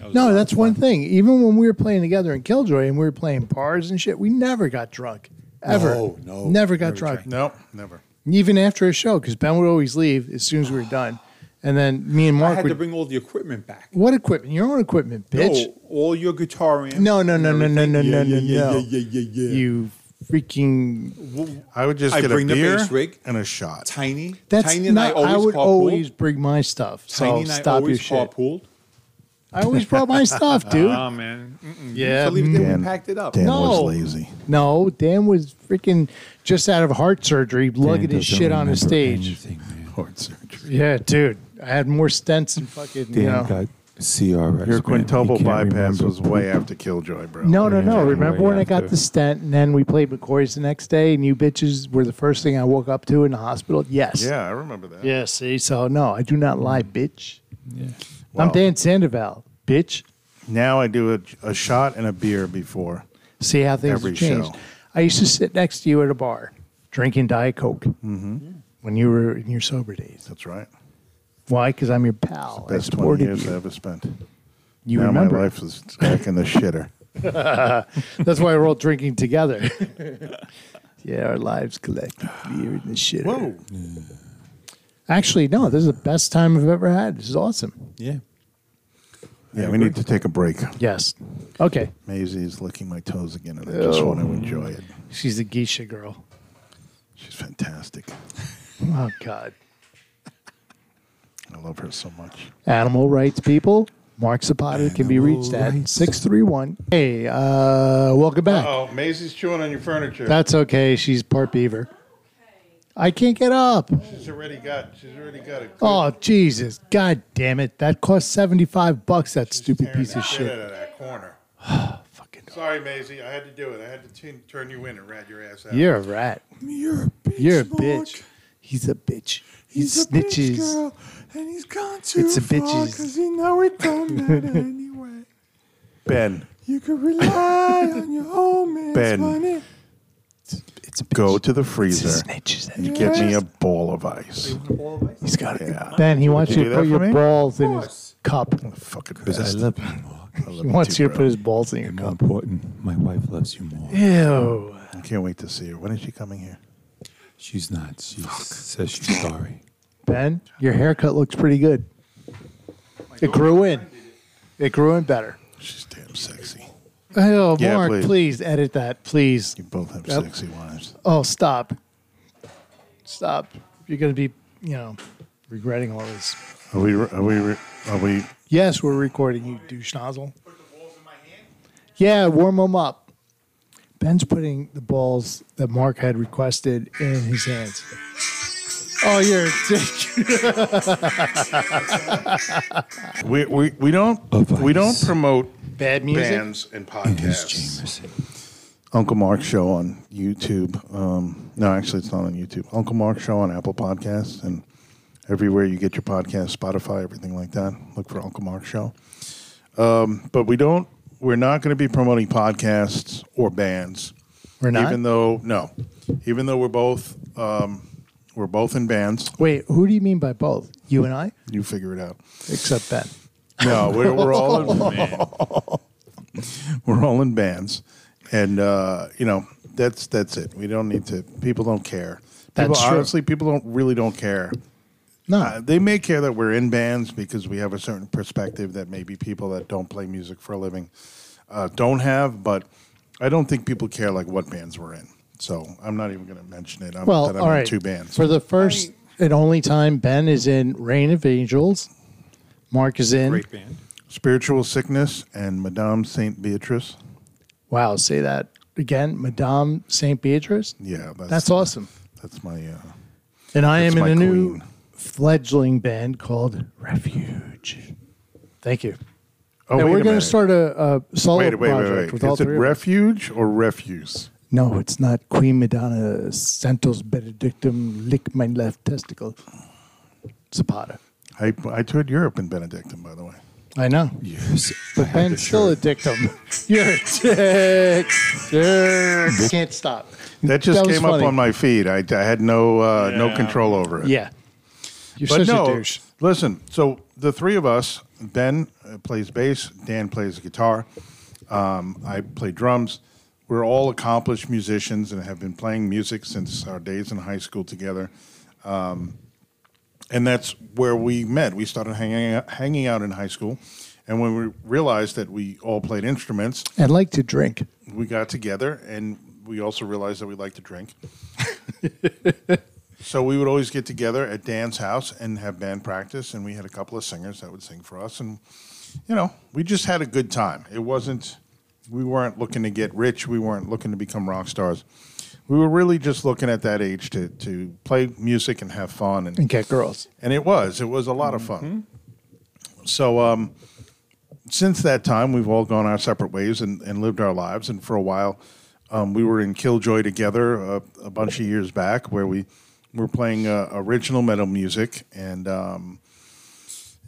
C: a lot
B: No,
C: of
B: that's one thing. Even when we were playing together in Killjoy and we were playing bars and shit, we never got drunk. Ever.
C: No, no,
B: Never got
C: never
B: drunk.
C: drank.
A: no, never.
B: Even after a show, because Ben would always leave as soon as
C: [SIGHS]
B: we were done. And then me and
C: I
B: Mark
C: had
B: would.
C: to bring all the equipment back.
B: what equipment? Your own equipment, bitch.
C: No, all your guitar amps.
B: No, no, no,
C: and
B: no, no,
C: everything.
B: no,
C: yeah,
B: no, no,
C: yeah,
B: no.
C: yeah, yeah, yeah, yeah.
B: You freaking.
A: I would just
C: I
A: get
C: bring
A: a
C: the
A: beer
C: bass rig.
A: and a shot.
C: tiny.
B: That's not.
C: tiny and I
B: I,
C: always
B: would
C: carpool.
B: always bring my stuff. So
C: tiny and I
B: stop your
C: always
B: shit.
C: carpooled.
B: I always brought my
C: [LAUGHS]
B: stuff, dude.
C: Ah man, Mm-mm.
B: Yeah,
C: So leave it there.
A: Dan-
C: We packed it up.
A: Dan was
B: No.
A: lazy.
B: No, Dan was freaking just out of heart surgery, lugging his shit on a stage.
A: Heart surgery.
B: Yeah, dude, I had more stents and fucking. you know.
D: CRS.
A: Your
D: man. He
A: quintuple
D: can't
A: bypass
D: remember.
A: was way after Killjoy, bro.
B: No, no, no.
D: Yeah,
B: Remember
D: way
B: when I got
D: after.
B: the stent and then we played McCoy's the next day and you bitches were the first thing I woke up to in the hospital? Yes. Mm.
A: Yeah, I remember that.
B: Yeah, see? So, no, I do not lie, bitch.
D: Yeah.
B: I'm Dan Sandoval, bitch.
A: Now I do a, a shot and a beer before.
B: See how things
A: Every
B: have changed.
A: show.
B: I used to sit next to you at a bar drinking Diet Coke
A: Mm-hmm.
B: when you were in your sober days.
A: That's right.
B: Why? Because I'm your pal. Oh, I
A: Best 20
B: supported
A: years I
B: you.
A: ever spent.
B: You
A: now
B: remember.
A: my life is back in the shitter.
B: That's why we're all drinking together. yeah, our lives collectively are in the shit. Actually, no, this is the best time I've ever had. This is awesome.
C: Yeah.
A: Yeah, we need to take a break.
B: Yes. Okay.
A: Maisie is licking my toes again, and I just want
B: Oh.
A: to enjoy it.
B: She's a geisha girl.
A: She's fantastic.
B: Oh, God.
A: I love her so much.
B: Animal rights people. Mark Zapata can be reached at
C: rights.
B: 631. Hey, uh, welcome back.
A: Oh, Maisie's chewing on your furniture.
B: That's okay. She's part beaver. I can't get up.
A: she's already got. She's already got a
B: Oh, Jesus. God damn it. That cost 75 bucks, that stupid piece of shit.
A: of that corner.
B: Fucking
A: Sorry, Maisie. I had to do it. I had to turn you in and rat your ass out.
B: You're a rat.
C: You're a bitch.
B: You're a
C: Mark.
B: bitch. He's a bitch. He
C: He's a
B: snitches.
C: bitch girl, and he's gone too
B: It's a
C: far
B: bitches.
C: because you know it don't matter anyway.
A: Ben,
C: You can rely on your old man's
A: Ben.
C: money.
B: It's a bitch.
A: go to the
B: It's a
A: freezer
B: snitches.
A: and
B: and
A: get me a ball of ice.
B: He's got it.
A: Yeah.
B: Ben, he wants
A: you
B: you
A: do
B: to
A: that
B: put
A: for
B: your
A: me?
B: balls in his
C: course.
B: cup.
A: Fucking
C: I
A: best.
C: love you more.
A: I love
B: He wants
A: too,
B: you to put
A: bro.
B: his balls in your
C: And more
B: cup.
C: important, my wife loves you more.
B: Ew.
A: I can't wait to see her. When is she coming here?
C: She's not. She says she's sorry.
B: Ben, your haircut looks pretty good. It grew in. It grew in better.
A: She's damn sexy.
B: Oh,
A: Yeah,
B: Mark,
A: please.
B: please. edit that, please.
A: You both have
B: Yep.
A: sexy wives.
B: Oh, stop. Stop. You're going to be, you know, regretting all this.
A: Are we? Are we? Are we?
B: Yes, we're recording, you douche nozzle. Yeah, warm them up. Ben's putting the balls that Mark had requested in his hands. Oh, you're a dick. [LAUGHS]
A: We we, we don't
C: Of
A: we don't
C: ice.
A: promote
B: Bad music.
A: bands and
C: And his
A: podcasts.
C: Jameson.
A: Uncle Mark show on YouTube. Um, no, actually, it's not on YouTube. Uncle Mark show on Apple Podcasts and everywhere you get your podcast, Spotify, everything like that. Look for Uncle Mark show. Um, but we don't. We're not going to be promoting podcasts or bands.
B: We're not?
A: Even though no, even though we're both um, we're both in bands.
B: Wait, who do you mean by both? You and I?
A: You figure it out.
B: Except Ben.
A: No, we're, we're all
B: [LAUGHS] Oh,
A: in [LAUGHS] we're all in bands, and uh, you know that's that's it. We don't need to. People don't care. People,
B: That's true.
A: Honestly, people don't really don't care.
B: No.
A: Uh, they may care that we're in bands because we have a certain perspective that maybe people that don't play music for a living uh, don't have. But I don't think people care like what bands we're in. So I'm not even going to mention it. I'm,
B: Well,
A: that I'm
B: all
A: in
B: right.
A: two bands.
B: For the first and only time, Ben is in Reign of Angels. Mark is in.
C: Great band.
A: Spiritual Sickness and Madame Saint Beatrice.
B: Wow, say that again, Madame Saint Beatrice.
A: Yeah, that's
B: That's awesome.
A: That's my. Uh,
B: And I
A: That's
B: am in
A: my
B: a new
A: queen.
B: fledgling band called Refuge. Thank you.
A: oh,
B: and
A: wait
B: we're
A: a
B: going
A: minute.
B: to start a, a solo
A: Wait, wait,
B: project
A: wait, wait.
B: with all
A: Is it
B: three. of us.
A: refuge or refuse?
B: no, it's not Queen Madonna Santos Benedictum lick my left testicle. Zapata.
A: I, I toured Europe in Benedictine, by the way.
B: I know.
C: Yes. I
B: But
C: had
B: Ben's
C: this
B: still a
C: shirt.
B: dictum. You're a dick. Dick. Can't stop.
A: That just
B: was
A: came
B: funny.
A: up on my feed. I, I had no uh, no
C: Yeah.
A: control over it.
B: Yeah. You're
A: but
B: such
A: no.
B: a douche.
A: Listen, so the three of us, Ben uh, plays bass, Dan plays guitar, um, I play drums. We're all accomplished musicians and have been playing music since our days in high school together. Um, and that's where we met. We started hanging out, hanging out in high school, and when we realized that we all played instruments,
B: I'd like to drink.
A: we got together, and we also realized that we liked to drink. so we would always get together at Dan's house and have band practice, and we had a couple of singers that would sing for us, and you know, we just had a good time. It wasn't. We weren't looking to get rich. We weren't looking to become rock stars. We were really just looking at that age to, to play music and have fun and
B: and get girls.
A: and it was it was a lot of fun so um since that time we've all gone our separate ways and, and lived our lives and for a while um, we were in killjoy together a, a bunch of years uh, back where we were playing uh, original metal music and um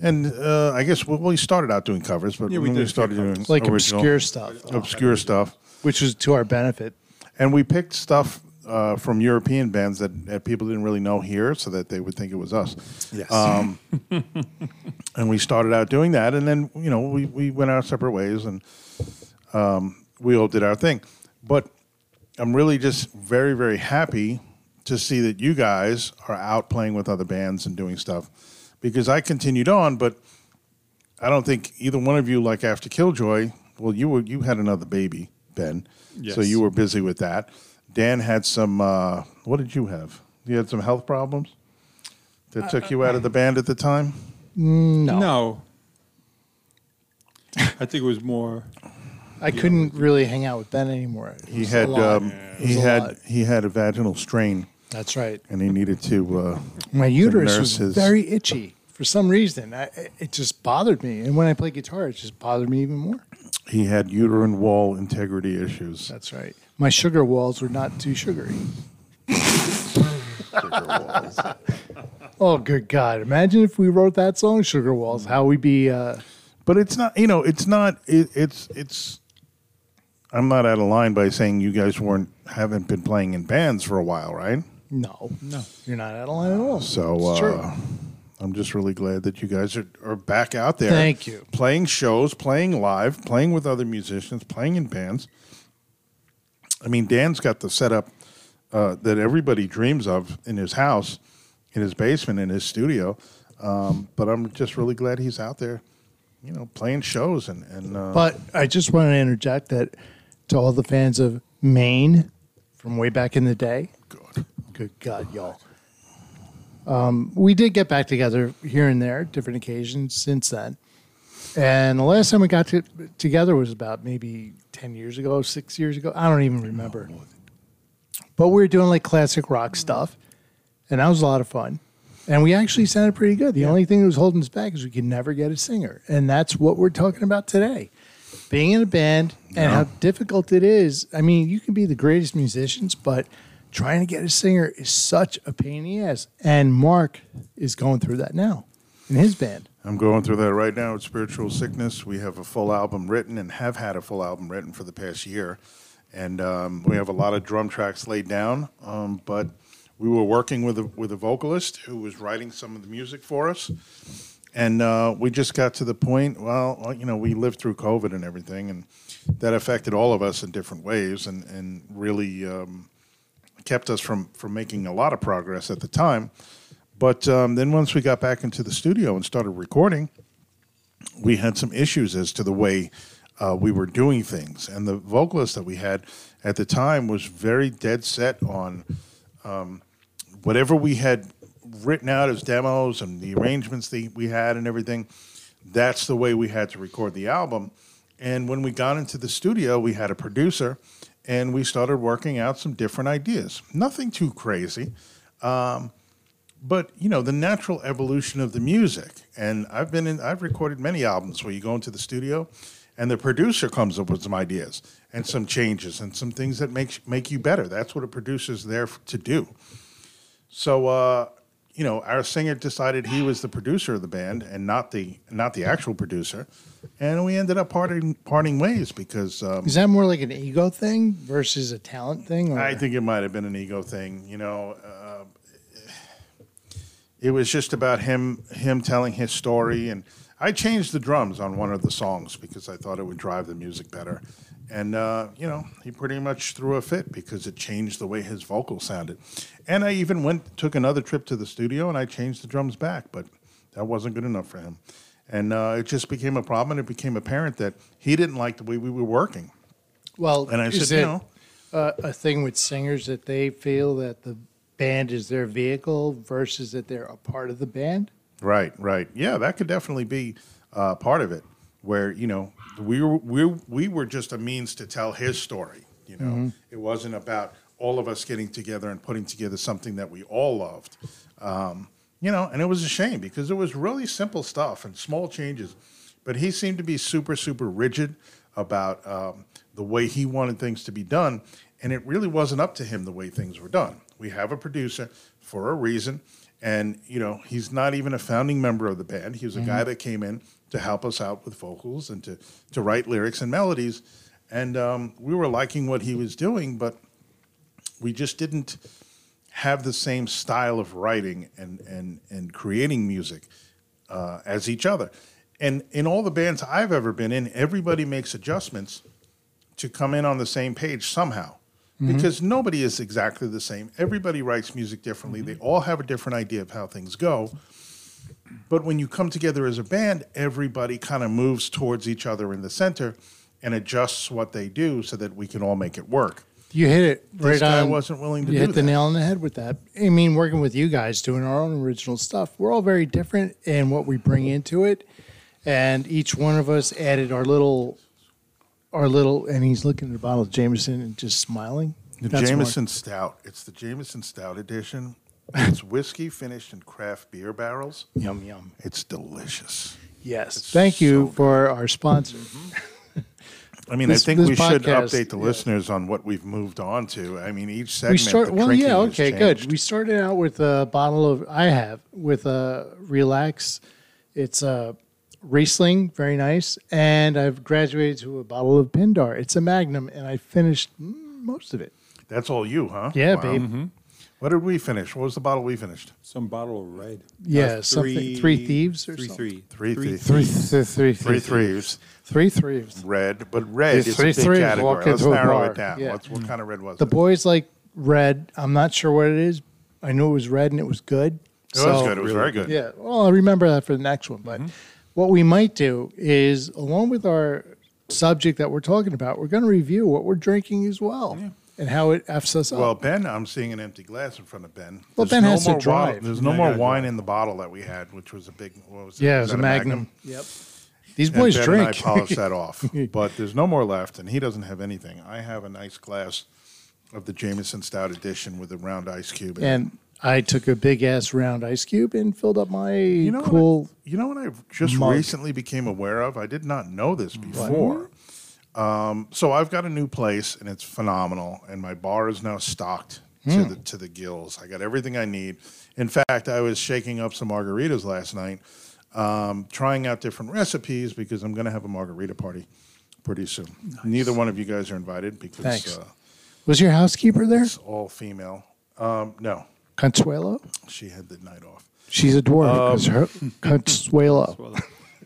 A: And uh, I guess we, we started out doing covers, but
C: Yeah, we
A: when we
C: did a few
A: started doing
C: covers.
B: like
A: original-
B: obscure stuff,
A: obscure stuff.
B: which was to our benefit.
A: And we picked stuff uh, from European bands that, that people didn't really know here, so that they would think it was us.
C: Yes.
A: Um, [LAUGHS] and we started out doing that, and then you know we, we went our separate ways, and um, we all did our thing. But I'm really just very very happy to see that you guys are out playing with other bands and doing stuff, because I continued on, but I don't think either one of you like after Killjoy. Well, you were you had another baby, Ben, so
C: Yes.
A: you were busy with that. Dan had some. Uh, what did you have? You had some health problems that
B: Uh,
A: took you out of the band at the time.
C: No. I think it was more.
B: I couldn't really hang out with Ben anymore. It
A: He
B: was a
A: had
B: lot.
A: um,
B: It was
A: he
B: a
A: had
B: lot.
A: he had a vaginal strain,
B: That's right.
A: and he needed to. Uh,
B: My uterus was
A: nurses.
B: very itchy for some reason. I, it just bothered me, and when I play guitar, it just bothered me even more.
A: he had uterine wall integrity issues.
B: That's right. My sugar walls were not too
A: [LAUGHS]
B: sugary. Oh, good God! Imagine if we wrote that song, "Sugar Walls," how we'd be. Uh,
A: But it's not, you know, it's not, it, it's, it's, I'm not out of line by saying you guys weren't, haven't been playing in bands for a while, right?
B: no, no, you're not out of line at all.
A: So,
B: It's true.
A: uh, I'm just really glad that you guys are, are back out there.
B: Thank you.
A: Playing shows, playing live, playing with other musicians, playing in bands. I mean, Dan's got the setup uh, that everybody dreams of in his house, in his basement, in his studio. Um, but I'm just really glad he's out there, you know, playing shows and, and uh,
B: But I just want to interject that to all the fans of Maine from way back in the day. Good. Good God, y'all. Um, we did get back together here and there, different occasions since then. And the last time we got to, together was about maybe 10 years ago, six years ago. I don't even remember. But we were doing like classic rock stuff, and that was a lot of fun. And we actually sounded pretty good. The only thing that was holding us back is we could never get a singer. And that's what we're talking about today being in a band and how difficult it is. I mean, you can be the greatest musicians, but trying to get a singer is such a pain in the ass. And Mark is going through that now in his band.
A: I'm going through that right now with Spiritual Sickness. We have a full album written and have had a full album written for the past year. And um, we have a lot of drum tracks laid down. Um, but we were working with a, with a vocalist who was writing some of the music for us. And uh, we just got to the point, well, you know, we lived through COVID and everything, and that affected all of us in different ways and, and really um, kept us from, from making a lot of progress at the time. But um, then once we got back into the studio and started recording, we had some issues as to the way uh, we were doing things. And the vocalist that we had at the time was very dead set on um, whatever we had written out as demos and the arrangements that we had and everything. That's the way we had to record the album. And when we got into the studio, we had a producer and we started working out some different ideas. Nothing too crazy but you know the natural evolution of the music and i've been in i've recorded many albums where you go into the studio and the producer comes up with some ideas and some changes and some things that make make you better that's what a producer's there f- to do so uh you know our singer decided he was the producer of the band and not the not the actual producer and we ended up parting parting ways because um,
B: Is that more like an ego thing versus a talent thing? or-
A: I think it might have been an ego thing. You know, uh, it was just about him him telling his story, and I changed the drums on one of the songs because I thought it would drive the music better. And uh, you know, he pretty much threw a fit because it changed the way his vocal sounded. And I even went took another trip to the studio and I changed the drums back, but that wasn't good enough for him. And uh, it just became a problem, and it became apparent that he didn't like the way we were working.
B: well,
A: and I
B: is
A: said,
B: it
A: you know-
B: uh, a thing with singers that they feel that the band is their vehicle versus that they're a part of the band?
A: Right, right. Yeah, that could definitely be uh, part of it. Where you know we were we we were just a means to tell his story. You know, it wasn't about all of us getting together and putting together something that we all loved. Um, you know, and it was a shame because it was really simple stuff and small changes, but he seemed to be super super rigid about um, the way he wanted things to be done, and it really wasn't up to him the way things were done. We have a producer for a reason. And, you know, he's not even a founding member of the band. He was a guy that came in to help us out with vocals and to, to write lyrics and melodies. And um, we were liking what he was doing, but we just didn't have the same style of writing and and and creating music uh, as each other. And in all the bands I've ever been in, everybody makes adjustments to come in on the same page somehow, because nobody is exactly the same. Everybody writes music differently. They all have a different idea of how things go. But when you come together as a band, everybody kind of moves towards each other in the center and adjusts what they do so that we can all make it work.
B: You hit it right
A: This guy
B: on.
A: wasn't willing to
B: you
A: do
B: hit
A: that.
B: the nail on the head with that. I mean, working with you guys, doing our own original stuff, we're all very different in what we bring into it, and each one of us added our little, our little. And he's looking at a bottle of Jameson and just smiling.
A: The
B: That's Mark.
A: Jameson Stout. It's the Jameson Stout edition. It's whiskey finished in craft beer barrels.
B: Yum yum.
A: It's delicious.
B: Yes. Thank you
A: so
B: for our sponsor.
A: I mean,
B: This-
A: I think
B: this
A: we should
B: podcast-
A: update the
B: yeah.
A: listeners on what we've moved on to. I mean, each segment.
B: we start
A: the
B: well
A: drinking
B: yeah
A: has
B: okay
A: changed.
B: good we started out with a bottle of i have with a relax it's a riesling very nice and i've graduated to a bottle of pindar it's a magnum and i finished mm, most of it
A: That's all you, huh?
B: yeah
A: Wow.
B: babe
A: What did we finish? What was the bottle we finished?
C: Some bottle of red.
B: Yeah,
C: Uh,
B: something- Three Thieves or
C: three,
B: something.
C: Three.
A: Three thieves.
B: three th- three
A: Three
B: three
A: threes.
B: three threes
A: Red, but red
B: These
A: is
B: three
A: a big
B: threes walk
A: category. Let's
B: into a
A: narrow
B: bar.
A: it down.
B: Yeah. Mm.
A: What's, what kind of red was
B: the
A: it?
B: boys like red i'm not sure what it is i knew it was red and it was good
A: It was good. It was very good. Mm-hmm.
B: Yeah. Well, I remember that for the next one. But what we might do is, along with our subject that we're talking about, we're going to review what we're drinking as well and how it f's us
A: Well,
B: up.
A: Ben, I'm seeing an empty glass in front of Ben.
B: Well, Ben has to
A: more bottle-
B: drive.
A: there's no
C: Yeah, I
A: more
C: gotta
A: wine in the bottle that we had, which was a big. What was
B: Yeah, it
A: Was
B: was
A: that
B: a Magnum. Yep. These
A: And
B: boys
A: ben
B: drink.
A: and I polished that off, but there's no more left, and he doesn't have anything. I have a nice glass of the Jameson Stout edition with a round ice cube. in it.
B: [LAUGHS] and I took a big ass round ice cube and filled up my
A: you know
B: cool.
A: What I, you know what I just
B: mug.
A: recently became aware of? I did not know this before. Um, so I've got a new place and it's phenomenal, and my bar is now stocked
B: Hmm.
A: to the to the gills. I got everything I need. In fact, I was shaking up some margaritas last night, um, trying out different recipes because I'm going to have a margarita party pretty soon. Neither one of you guys are invited because
B: Thanks.
A: uh,
B: Was your housekeeper there?
A: it's all female. Um, no,
B: Consuelo?
A: she had the night off.
B: She's a
A: Um,
B: dwarf.
A: [LAUGHS]
B: 'cause her, Consuelo.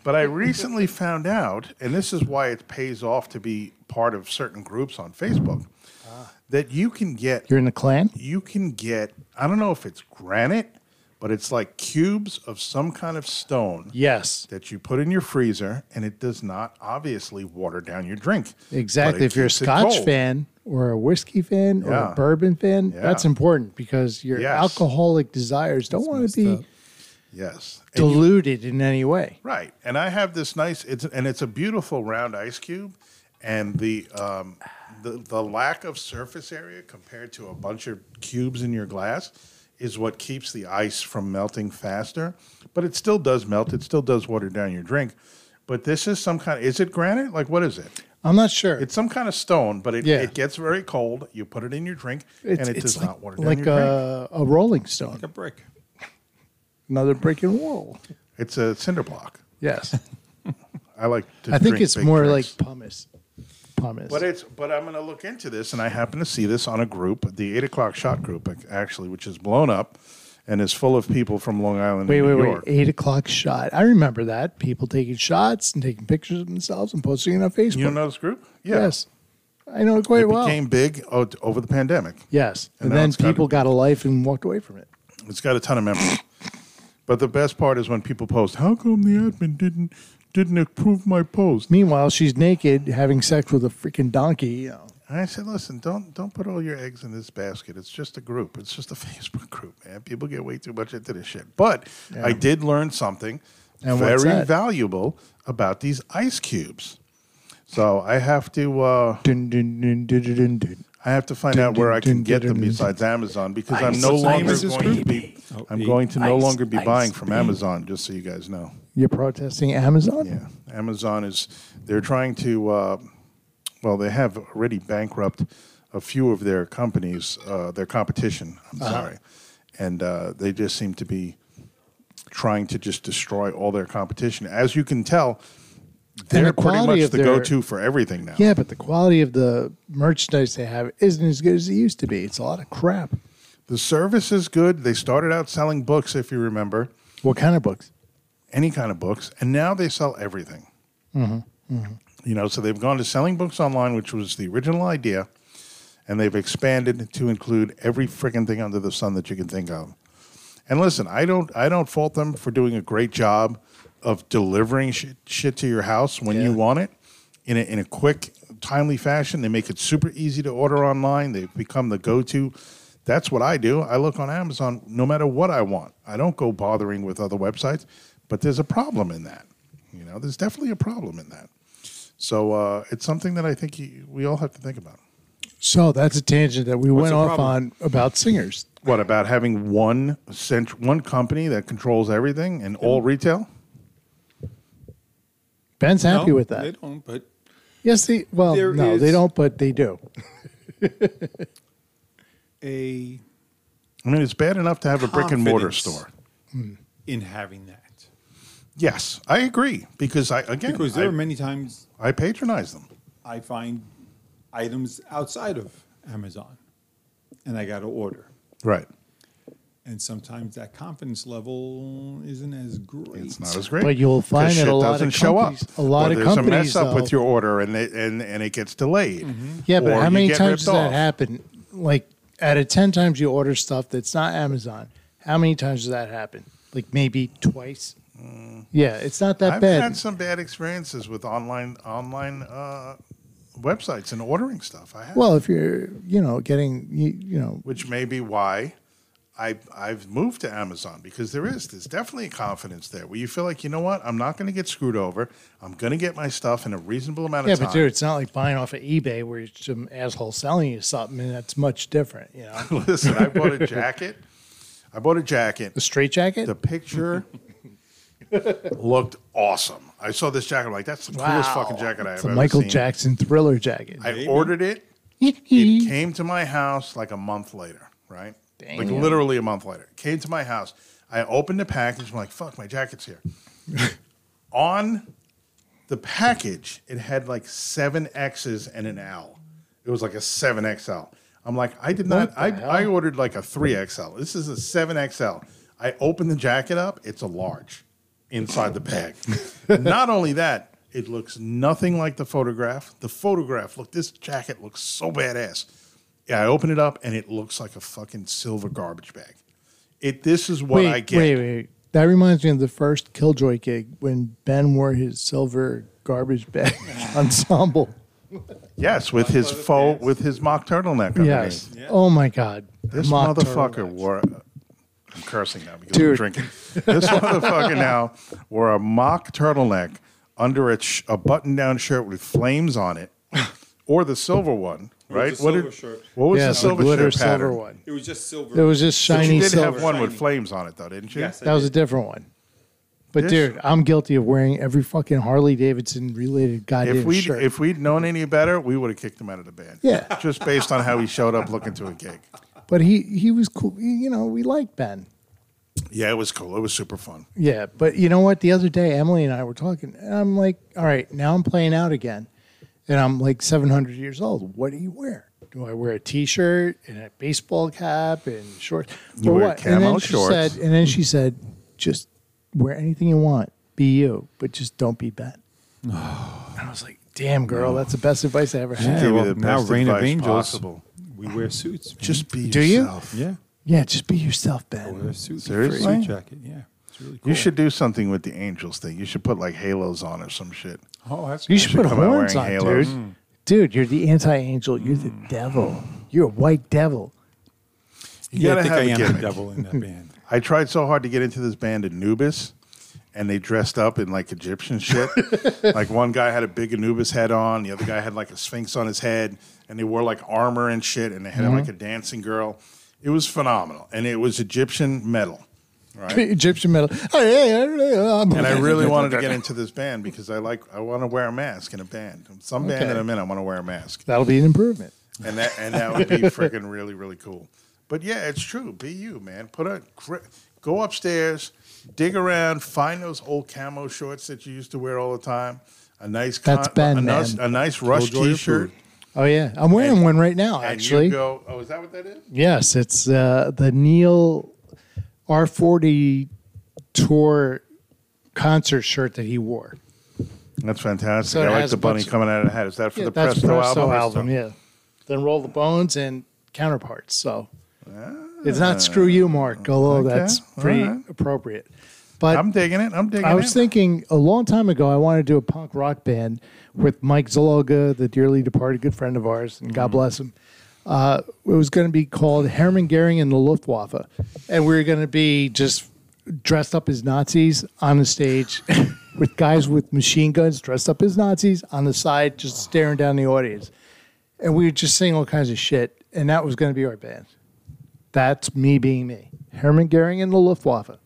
A: But
B: [LAUGHS]
A: I recently found out, and this is why it pays off to be part of certain groups on Facebook,
B: Ah.
A: that you can get
B: You're in the clan?
A: you can get I don't know if it's granite, but it's like cubes of some kind of stone
B: Yes.
A: that you put in your freezer, and it does not obviously water down your drink. but
B: Exactly.
A: it
B: If you're a
A: keeps it
B: Scotch
A: cold.
B: fan or a whiskey fan or
A: Yeah.
B: a bourbon fan,
A: Yeah.
B: that's important because your
A: Yes.
B: alcoholic desires don't want to be
C: messed up.
A: yes, And you-
B: diluted in any way.
A: right. And I have this nice, it's and it's a beautiful round ice cube, and the um, the the lack of surface area compared to a bunch of cubes in your glass is what keeps the ice from melting faster. But it still does melt. It still does water down your drink. But this is some kind. Is it granite? Like what is it?
B: I'm not sure.
A: It's some kind of stone, but it,
B: Yeah.
A: it gets very cold. You put it in your drink,
B: It's-
A: and it
B: it's
A: does
B: like,
A: not water down
B: like uh,
A: your drink.
B: a, a rolling stone,
C: Like a brick.
B: another brick and roll.
A: It's a cinder block.
B: [LAUGHS] Yes.
A: I like. To
B: I think
A: drink
B: it's
A: big
B: more
A: drinks.
B: like pumice. Pumice.
A: But it's but I'm going to look into this, and I happen to see this on a group, the eight o'clock shot group, ac- actually, which is blown up and is full of people from Long Island.
B: wait,
A: and
B: wait,
A: New
B: wait.
A: York.
B: Eight o'clock shot. I remember that. People taking shots and taking pictures of themselves and posting it on Facebook.
A: You don't know this group? Yeah.
B: yes. I know it quite
A: it
B: well.
A: became big o- over the pandemic.
B: yes.
A: And
B: And,
A: now
B: then
A: it's gotta
B: people got a life and walked away from it.
A: It's got a ton of members. but the best part is when people post, "How come the admin didn't didn't approve my post?"
B: Meanwhile, she's naked having sex with a freaking donkey. You know.
A: And I said, "Listen, don't don't put all your eggs in this basket. It's just a group. It's just a [LAUGHS] Facebook group, man. People get way too much into this shit." But I did learn something
B: And
A: very
B: what's that?
A: valuable about these ice cubes. So I have to uh,
B: Dun, dun, dun, dun, dun, dun, dun.
A: I have to find
B: Dun,
A: out where
B: dun,
A: I can
B: dun,
A: get
B: dun,
A: them
B: dun,
A: besides Amazon because I'm
B: Ice
A: no
B: is
A: longer
B: ice is
A: going to be
C: baby. Oh,
A: I'm
C: baby.
A: going to no
B: Ice,
A: longer be
B: ice,
A: buying from
B: baby.
A: Amazon. Just so you guys know.
B: You're protesting Amazon?
A: Yeah, Amazon is they're trying to. Uh, well, they have already bankrupt a few of their companies, uh, their competition. I'm
B: Uh-huh.
A: sorry, and uh, they just seem to be trying to just destroy all their competition. As you can tell, they're pretty
B: the quality
A: much
B: of
A: the
B: their-
A: go-to for everything now.
B: Yeah, but the quality of the merchandise they have isn't as good as it used to be. It's a lot of crap.
A: The service is good. They started out selling books, if you remember,
B: What kind of books?
A: any kind of books, and now they sell everything. You know, so they've gone to selling books online, which was the original idea, and they've expanded to include every freaking thing under the sun that you can think of. And listen, I don't, I don't fault them for doing a great job of delivering shit, shit to your house when you
B: Yeah.
A: want it in a, in a quick, timely fashion. They make it super easy to order online. They've become the go-to. That's what I do. I look on Amazon no matter what I want. I don't go bothering with other websites, but there's a problem in that. You know, there's definitely a problem in that. So uh, it's something that I think you, we all have to think about.
B: So that's a tangent that we went
C: the
B: off
C: problem?
B: on about singers.
A: What about having one cent- one company that controls everything and all retail?
B: Ben's happy
C: No,
B: with
C: They
B: that.
C: don't, but
B: Yes, they well,
C: There
B: no,
C: is-
B: they don't, but they do.
C: a
A: I mean, it's bad enough to have a brick and mortar
C: Confidence.
A: store.
C: in having that
A: Yes, I agree because I again
C: because there
A: I,
C: are many times
A: I patronize them.
C: I find items outside of Amazon, and I got to order.
A: Right.
C: And sometimes that confidence level isn't as great.
A: It's not as great.
B: But you'll
A: 'cause
B: find that
A: shit
B: a lot of
A: doesn't show up.
B: companies- a lot
A: Or
B: of
A: there's
B: companies,
A: a mess up with
B: though-
A: your order and it, and and it gets delayed.
C: Mm-hmm.
B: Yeah, but
A: Or
B: how
A: you
B: many
A: get
B: times does
A: ripped off.
B: that happen? Like out of ten times you order stuff that's not Amazon, how many times does that happen? Like maybe twice. yeah, it's not that
A: Mm. I've
B: bad.
A: had some bad experiences with online online uh, websites and ordering stuff. I have.
B: well, if you're you know getting you, you know
A: which may be why I I've moved to Amazon because there is there's definitely a confidence there where you feel like you know what I'm not going to get screwed over I'm going to get my stuff in a reasonable amount of
B: yeah,
A: time.
B: but dude, it's not like buying off of eBay where it's some asshole selling you something, and that's much different.
A: [LAUGHS]
B: You know,
A: Listen, I bought a jacket. I bought a jacket.
B: the straight jacket.
A: The
B: [LAUGHS]
A: picture looked awesome. I saw this jacket. I'm like, that's the coolest fucking jacket I have
B: It's a
A: ever
B: Michael
A: seen.
B: Jackson thriller jacket.
A: I ordered it. It came to my house like a month later, right? Like
B: Damn.
A: literally a month later. Came to my house. I opened the package. I'm like, fuck, my jacket's here. On the package, it had like seven X's and an L. It was like a 7XL. I'm like, I did not,
B: What the
A: I,
B: hell?
A: I ordered like a 3XL. This is a 7XL. I opened the jacket up, it's a large inside the
B: [LAUGHS]
A: bag. not only that, it looks nothing like the photograph. The photograph, look, this jacket looks so badass. Yeah, I open it up and it looks like a fucking silver garbage bag. It this is what
B: wait,
A: I get.
B: wait, wait. That reminds me of the first Killjoy gig when Ben wore his silver garbage bag [LAUGHS] ensemble.
A: Yes, with his faux, with his mock turtleneck. Underneath.
B: Yes. Oh my God.
A: This
B: Mock
A: motherfucker
B: turtleneck.
A: wore. I'm cursing now because I'm
B: Dude.
A: drinking. This motherfucker now wore a mock turtleneck under a, sh- a button-down shirt with flames on it, or the silver one, right?
C: the silver
A: did-
C: shirt.
A: What was
B: Yeah,
A: the
B: the
A: silver
B: glitter
A: shirt pattern?
B: silver one.
C: It was just silver.
B: It was just
A: But
B: shiny
A: you did
B: silver.
A: have one with
C: Shiny.
A: flames on it, though, didn't you?
C: Yes, I
B: that was a
C: did.
B: different one. But
A: This-
B: dude, I'm guilty of wearing every fucking Harley Davidson related goddamn
A: If we
B: shirt.
A: if we'd known any better, we would have kicked him out of the band.
B: Yeah.
A: just based on how he showed up looking to a gig.
B: but he he was cool. You know, we liked Ben.
A: Yeah, it was cool. It was super fun.
B: Yeah, but you know what? The other day, Emily and I were talking, and I'm like, "All right, now I'm playing out again, and I'm like 700 years old. What do you wear? Do I wear a t-shirt and a baseball cap and shorts,
A: You
B: or
A: wear
B: what?"
A: camo
B: and then she
A: shorts.
B: said, and then she said, "Just wear anything you want, be you, but just don't
A: [SIGHS]
B: be Ben." and I was like, "Damn, girl, that's the best advice I ever had."
A: Give you
C: well,
A: the
C: now
A: best
C: Reign of
A: advice
C: Angels.
A: possible.
C: we wear suits.
A: Just be
B: Do you?
A: yourself.
C: yeah,
B: Yeah, just be yourself,
A: Oh,
C: wear a
B: Ben.
C: suit.
A: Seriously?
C: Suit jacket. Yeah, it's really cool.
A: You should do something with the angels thing. You should put like halos on or some shit.
C: Oh, that's
B: You should put
A: come out
B: horns on,
A: wearing halos. Mm.
B: dude. Dude, you're the anti-angel. You're the devil. You're a white devil.
A: You
C: yeah, I
A: gotta
C: think
A: have
C: I
A: a
C: am the
A: gimmick.
C: devil in
B: [LAUGHS]
C: that band.
A: I tried so hard to get into this band Anubis, and they dressed up in like Egyptian shit. like one guy had a big Anubis head on, the other guy had like a sphinx on his head, and they wore like armor and shit, and they had like a dancing girl. It was phenomenal, and it was Egyptian metal, right?
B: [LAUGHS] Egyptian metal. Oh,
A: and I
B: [LAUGHS]
A: really wanted to get into this band because I like I want to wear a mask in a band. Some band
B: Okay.
A: that I'm in, I want to wear a mask.
B: That'll be an improvement.
A: and that and that
B: [LAUGHS]
A: would be freaking really really cool. But yeah, it's true. Be you, man. Put a cr- go upstairs, dig around, find those old camo shorts that you used to wear all the time. A nice
B: That's Ben,
A: a nice,
B: man.
A: a nice rush
C: Enjoy your
A: T-shirt.
C: food.
B: Oh yeah, I'm wearing
A: And-
B: one right now.
A: And
B: Actually,
A: you go. Oh, is that what that is?
B: yes, it's uh, the Neil R40 tour concert shirt that he wore.
A: That's fantastic.
B: So it
A: I like
B: has
A: the
B: a
A: bunny
B: bunch of-
A: coming out of the hat. Is that for
B: Yeah,
A: the
B: that's
A: Presto, album? or something?
B: Yeah, then Roll the Bones and Counterparts. So it's not Screw You, Mark, although
A: Ah. okay,
B: that's pretty
A: all right.
B: appropriate. But
A: I'm digging it. I'm digging it.
B: I was thinking a long time ago, I wanted to do a punk rock band with Mike Zaloga, the dearly departed good friend of ours, and God bless him. Uh, it was going to be called Hermann Goering and the Luftwaffe. And we were going to be just dressed up as Nazis on the stage [LAUGHS] with guys with machine guns dressed up as Nazis on the side, just staring down the audience. And we would just sing all kinds of shit. And that was going to be our band. That's me being me. Hermann Goering and the Luftwaffe.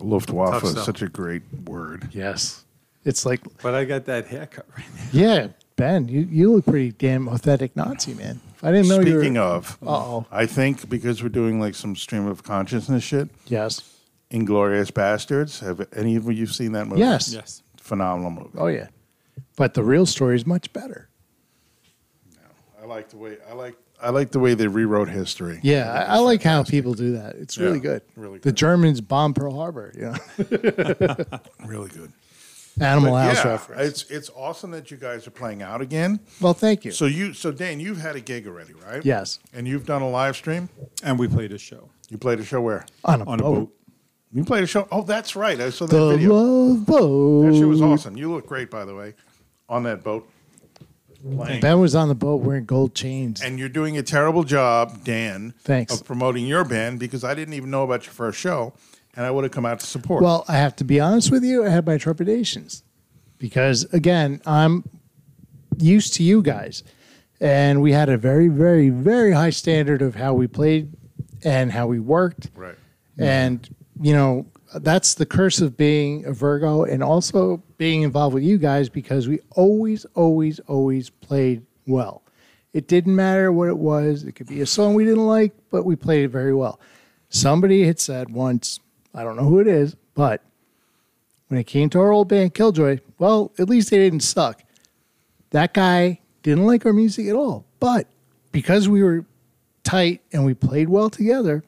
A: Luftwaffe
C: Tough
A: is
C: sell.
A: such a great word.
B: Yes. It's like
C: But I got that haircut right now.
B: Yeah, Ben, you, you look pretty damn authentic Nazi, man. If I didn't know you were.
A: Speaking of,
B: Uh-oh.
A: I think because we're doing like some stream of consciousness shit,
B: Yes.
A: Inglorious Bastards. Have any of you seen that movie?
B: Yes.
C: Yes.
A: Phenomenal movie.
B: Oh, yeah. But the real story is much better.
A: I like the way I like I like the way they rewrote history.
B: Yeah, I, I like how people do that. It's really
A: Yeah,
B: good.
A: really
B: The
A: good.
B: Germans bombed Pearl Harbor, you know. [LAUGHS]
A: Really good.
B: Animal House
A: yeah,
B: reference.
A: it's it's awesome that you guys are playing out again.
B: well, thank you.
A: So you so Dan, you've had a gig already, right?
B: yes.
A: And you've done a live stream.
C: And we played a show
A: You played a show where?
B: On a
C: on
B: boat.
C: a boat.
A: You played a show. Oh, that's right. I saw that
B: The
A: video.
B: Love Boat.
A: That shit was awesome. You look great, by the way, on that boat. Playing.
B: Ben was on the boat wearing gold chains.
A: And you're doing a terrible job, Dan.
B: Thanks.
A: Of promoting your band because I didn't even know about your first show, and I would have come out to support.
B: Well, I have to be honest with you. I had my trepidations because, again, I'm used to you guys, and we had a very, very, very high standard of how we played and how we worked.
A: right.
B: And you know, that's the curse of being a Virgo and also being involved with you guys because we always, always, always played well. It didn't matter what it was. It could be a song we didn't like, but we played it very well. Somebody had said once, I don't know who it is, but when it came to our old band Killjoy, well, at least they didn't suck. That guy didn't like our music at all, but because we were tight and we played well together,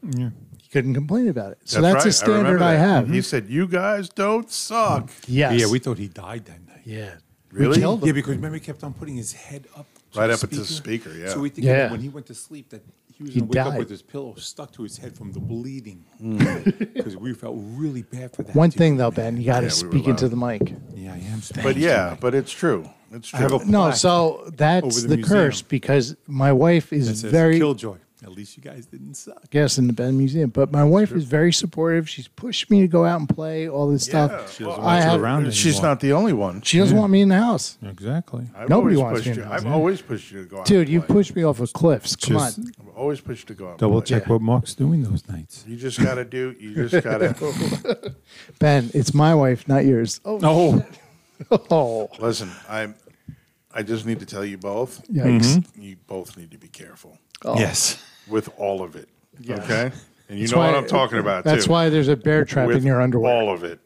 B: he couldn't complain about it. So that's,
A: right.
B: a standard
A: remember
B: I,
A: that. Mm-hmm.
B: have.
A: He said, "You guys don't suck."
B: Yes.
C: Yeah, we thought he died that night.
B: yeah.
A: Really?
B: We killed
C: Yeah,
B: him.
C: because remember he kept on putting his head up to
A: Right
C: the
A: up at the speaker, yeah.
C: So we think that
B: Yeah.
C: when he went to sleep that he was
B: He
C: going to wake
B: died.
C: up with his pillow stuck to his head from the bleeding.
A: Hmm.
C: [LAUGHS] Because we felt really bad for that.
B: One
C: dude.
B: thing though, Ben, you
A: Yeah,
B: got to
A: we were
B: speak into
A: loud.
B: the mic.
C: Yeah, I am.
A: But yeah, but it's true. It's true.
C: have
B: [LAUGHS]
C: a-
B: No,
C: Black
B: so that's
C: over
B: the,
C: the
B: curse
C: museum.
B: because my wife is
C: It's
B: very
C: killjoy. At least you guys didn't suck.
B: guess in the Ben Museum, but my wife is very supportive. She's pushed me to go out and play all this
A: Yeah,
B: stuff.
A: She doesn't
B: I
A: want
B: have-
A: She's not the only one.
B: She doesn't want me in the house.
C: Exactly.
A: I've
B: Nobody
A: always
B: wants
A: pushed
B: you in
A: you.
B: the
A: I've
B: house.
A: always pushed you to go out. and
B: Dude, you
A: play.
B: pushed me off of cliffs. Come
C: Just-
B: on.
A: I've always pushed you to go out. and
C: Double
A: play.
C: check what Mark's doing those nights.
A: You just gotta do. You just
B: [LAUGHS]
A: gotta
B: Ben, it's my wife, not yours. [LAUGHS] Oh,
C: No.
B: oh.
A: listen. I'm. I just need to tell you both.
B: yikes. Mm-hmm.
A: You both need to be careful
B: Oh.
C: Yes.
A: with all of it.
B: Yes.
A: Okay. And you
B: That's
A: know what
B: why-
A: I'm talking about.
B: That's
A: too.
B: why there's a bear trap
A: With
B: in your underwear.
A: All of it.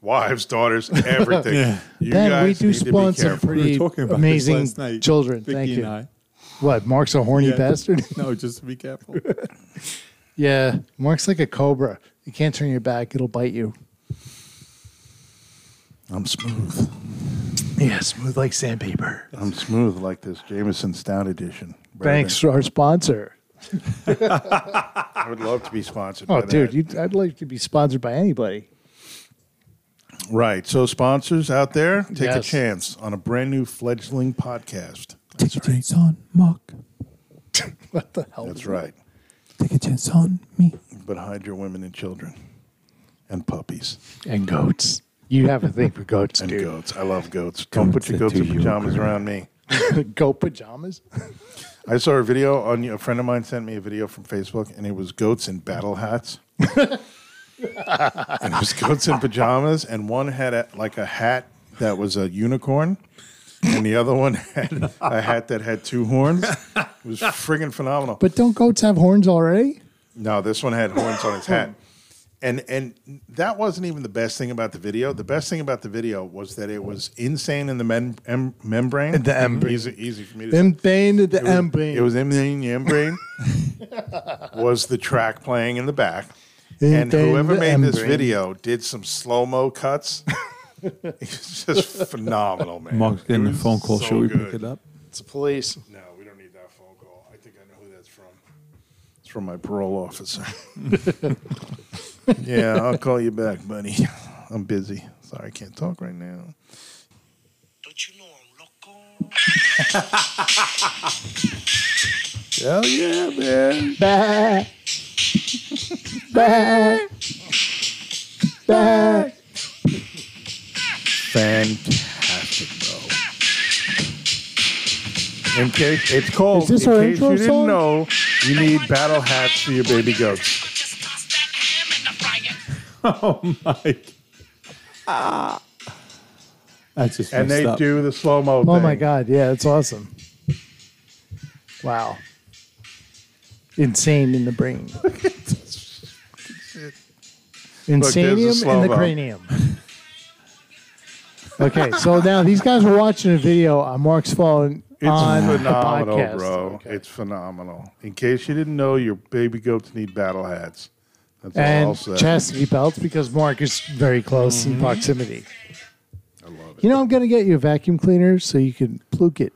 A: Wives,
B: [LAUGHS]
A: daughters, everything.
C: Yeah.
A: You
B: Ben, we
A: guys
B: do
A: need to be
B: sponsor
A: careful.
B: pretty amazing children. Thank
C: Vicky
B: you.
C: and I.
B: What? Mark's a horny
C: Yeah.
B: bastard?
C: [LAUGHS]
B: [LAUGHS]
C: No, just to be careful.
B: yeah. Mark's like a cobra. You can't turn your back, it'll bite you.
A: I'm smooth.
B: Yeah, smooth like sandpaper.
A: I'm smooth like this Jameson Stout edition. Rather
B: Thanks for our sponsor.
A: than- I would love to be sponsored.
B: Oh,
A: by
B: dude,
A: that.
B: you, I'd like to be sponsored by anybody.
A: Right. So, sponsors out there, take a
B: Yes.
A: chance on a brand new fledgling podcast.
D: Take a chance on Mark.
B: What the hell?
A: That's right.
D: Take a chance on me.
A: But hide your women and children and puppies
B: And goats. You have a thing for goats,
A: and
B: dude.
A: goats. I love goats. Don't put your goats in pajamas around me.
B: [LAUGHS] Goat pajamas?
A: I saw a video on a friend of mine sent me a video from Facebook, and it was goats in battle hats. [LAUGHS] and it was goats in pajamas, and one had a, like a hat that was a unicorn, and the other one had a hat that had two horns. It was friggin' phenomenal.
B: But don't goats have horns already?
A: No, this one had horns on his hat. And and that wasn't even the best thing about the video. The best thing about the video was that it was insane in the mem- em- membrane.
B: The membrane.
A: Easy, easy for me to say.
B: Membrane of the
A: It was-
B: membrane.
A: It was membrane. Membrane was the track playing in the back. And
B: Membrane,
A: whoever
B: the
A: made this
B: membrane.
A: video did some slow mo cuts. it's just phenomenal, man.
C: Mark's getting
A: It
C: a
A: was
C: phone call.
A: so
C: Should we
A: good.
C: pick it up? [LAUGHS]
B: It's the police.
A: No, we don't need that phone call. I think I know who that's from. It's from my parole
C: [LAUGHS]
A: officer. yeah, I'll call you back, buddy. I'm busy. Sorry, I can't talk right now.
E: Don't you know I'm loco?
A: Hell yeah, man.
B: Bah. Bah. Bah.
A: Fantastic, bro. In case it's called,
B: Is this
A: in
B: our
A: case
B: intro
A: you didn't
B: song?
A: know, you need battle hats for your baby goats.
E: Just toss that ham in the
C: Oh
E: fryer.
C: my! That's just
A: Ah. And they
C: messed up.
A: do the slow mo.
B: Oh my god, yeah, that's awesome. Wow. Insane in
A: [LAUGHS]
B: the brain. Insanium in the
A: slow-mo.
B: cranium. okay, so now these guys were watching a video on Mark's phone
A: It's
B: on the
A: phenomenal,
B: podcast.
A: bro. It's phenomenal. In case you didn't know, your baby goats need battle hats. That's all I'll
B: and
A: say. Mm-hmm.
B: chastity belts because Mark is very close in proximity.
A: I love it.
B: You know, I'm gonna get you a vacuum cleaner so you can pluke it.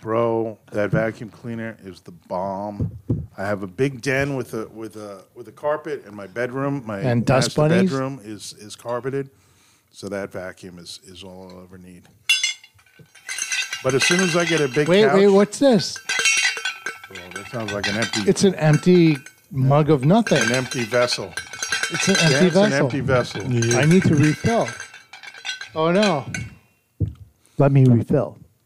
A: Bro, that vacuum cleaner is the bomb. I have a big den with a with a with a carpet in my bedroom. My
B: And dust
A: master
B: bunnies?
A: bedroom is is carpeted. So that vacuum is is all I'll ever need. But as soon as I get a big
B: Wait,
A: couch,
B: wait, what's this?
A: Oh, that sounds like an empty
B: It's an empty mug of nothing.
A: an empty vessel.
B: It's an
A: Yeah,
B: empty
A: it's an
B: vessel.
A: empty vessel.
B: I need to refill. Oh no. Let me refill.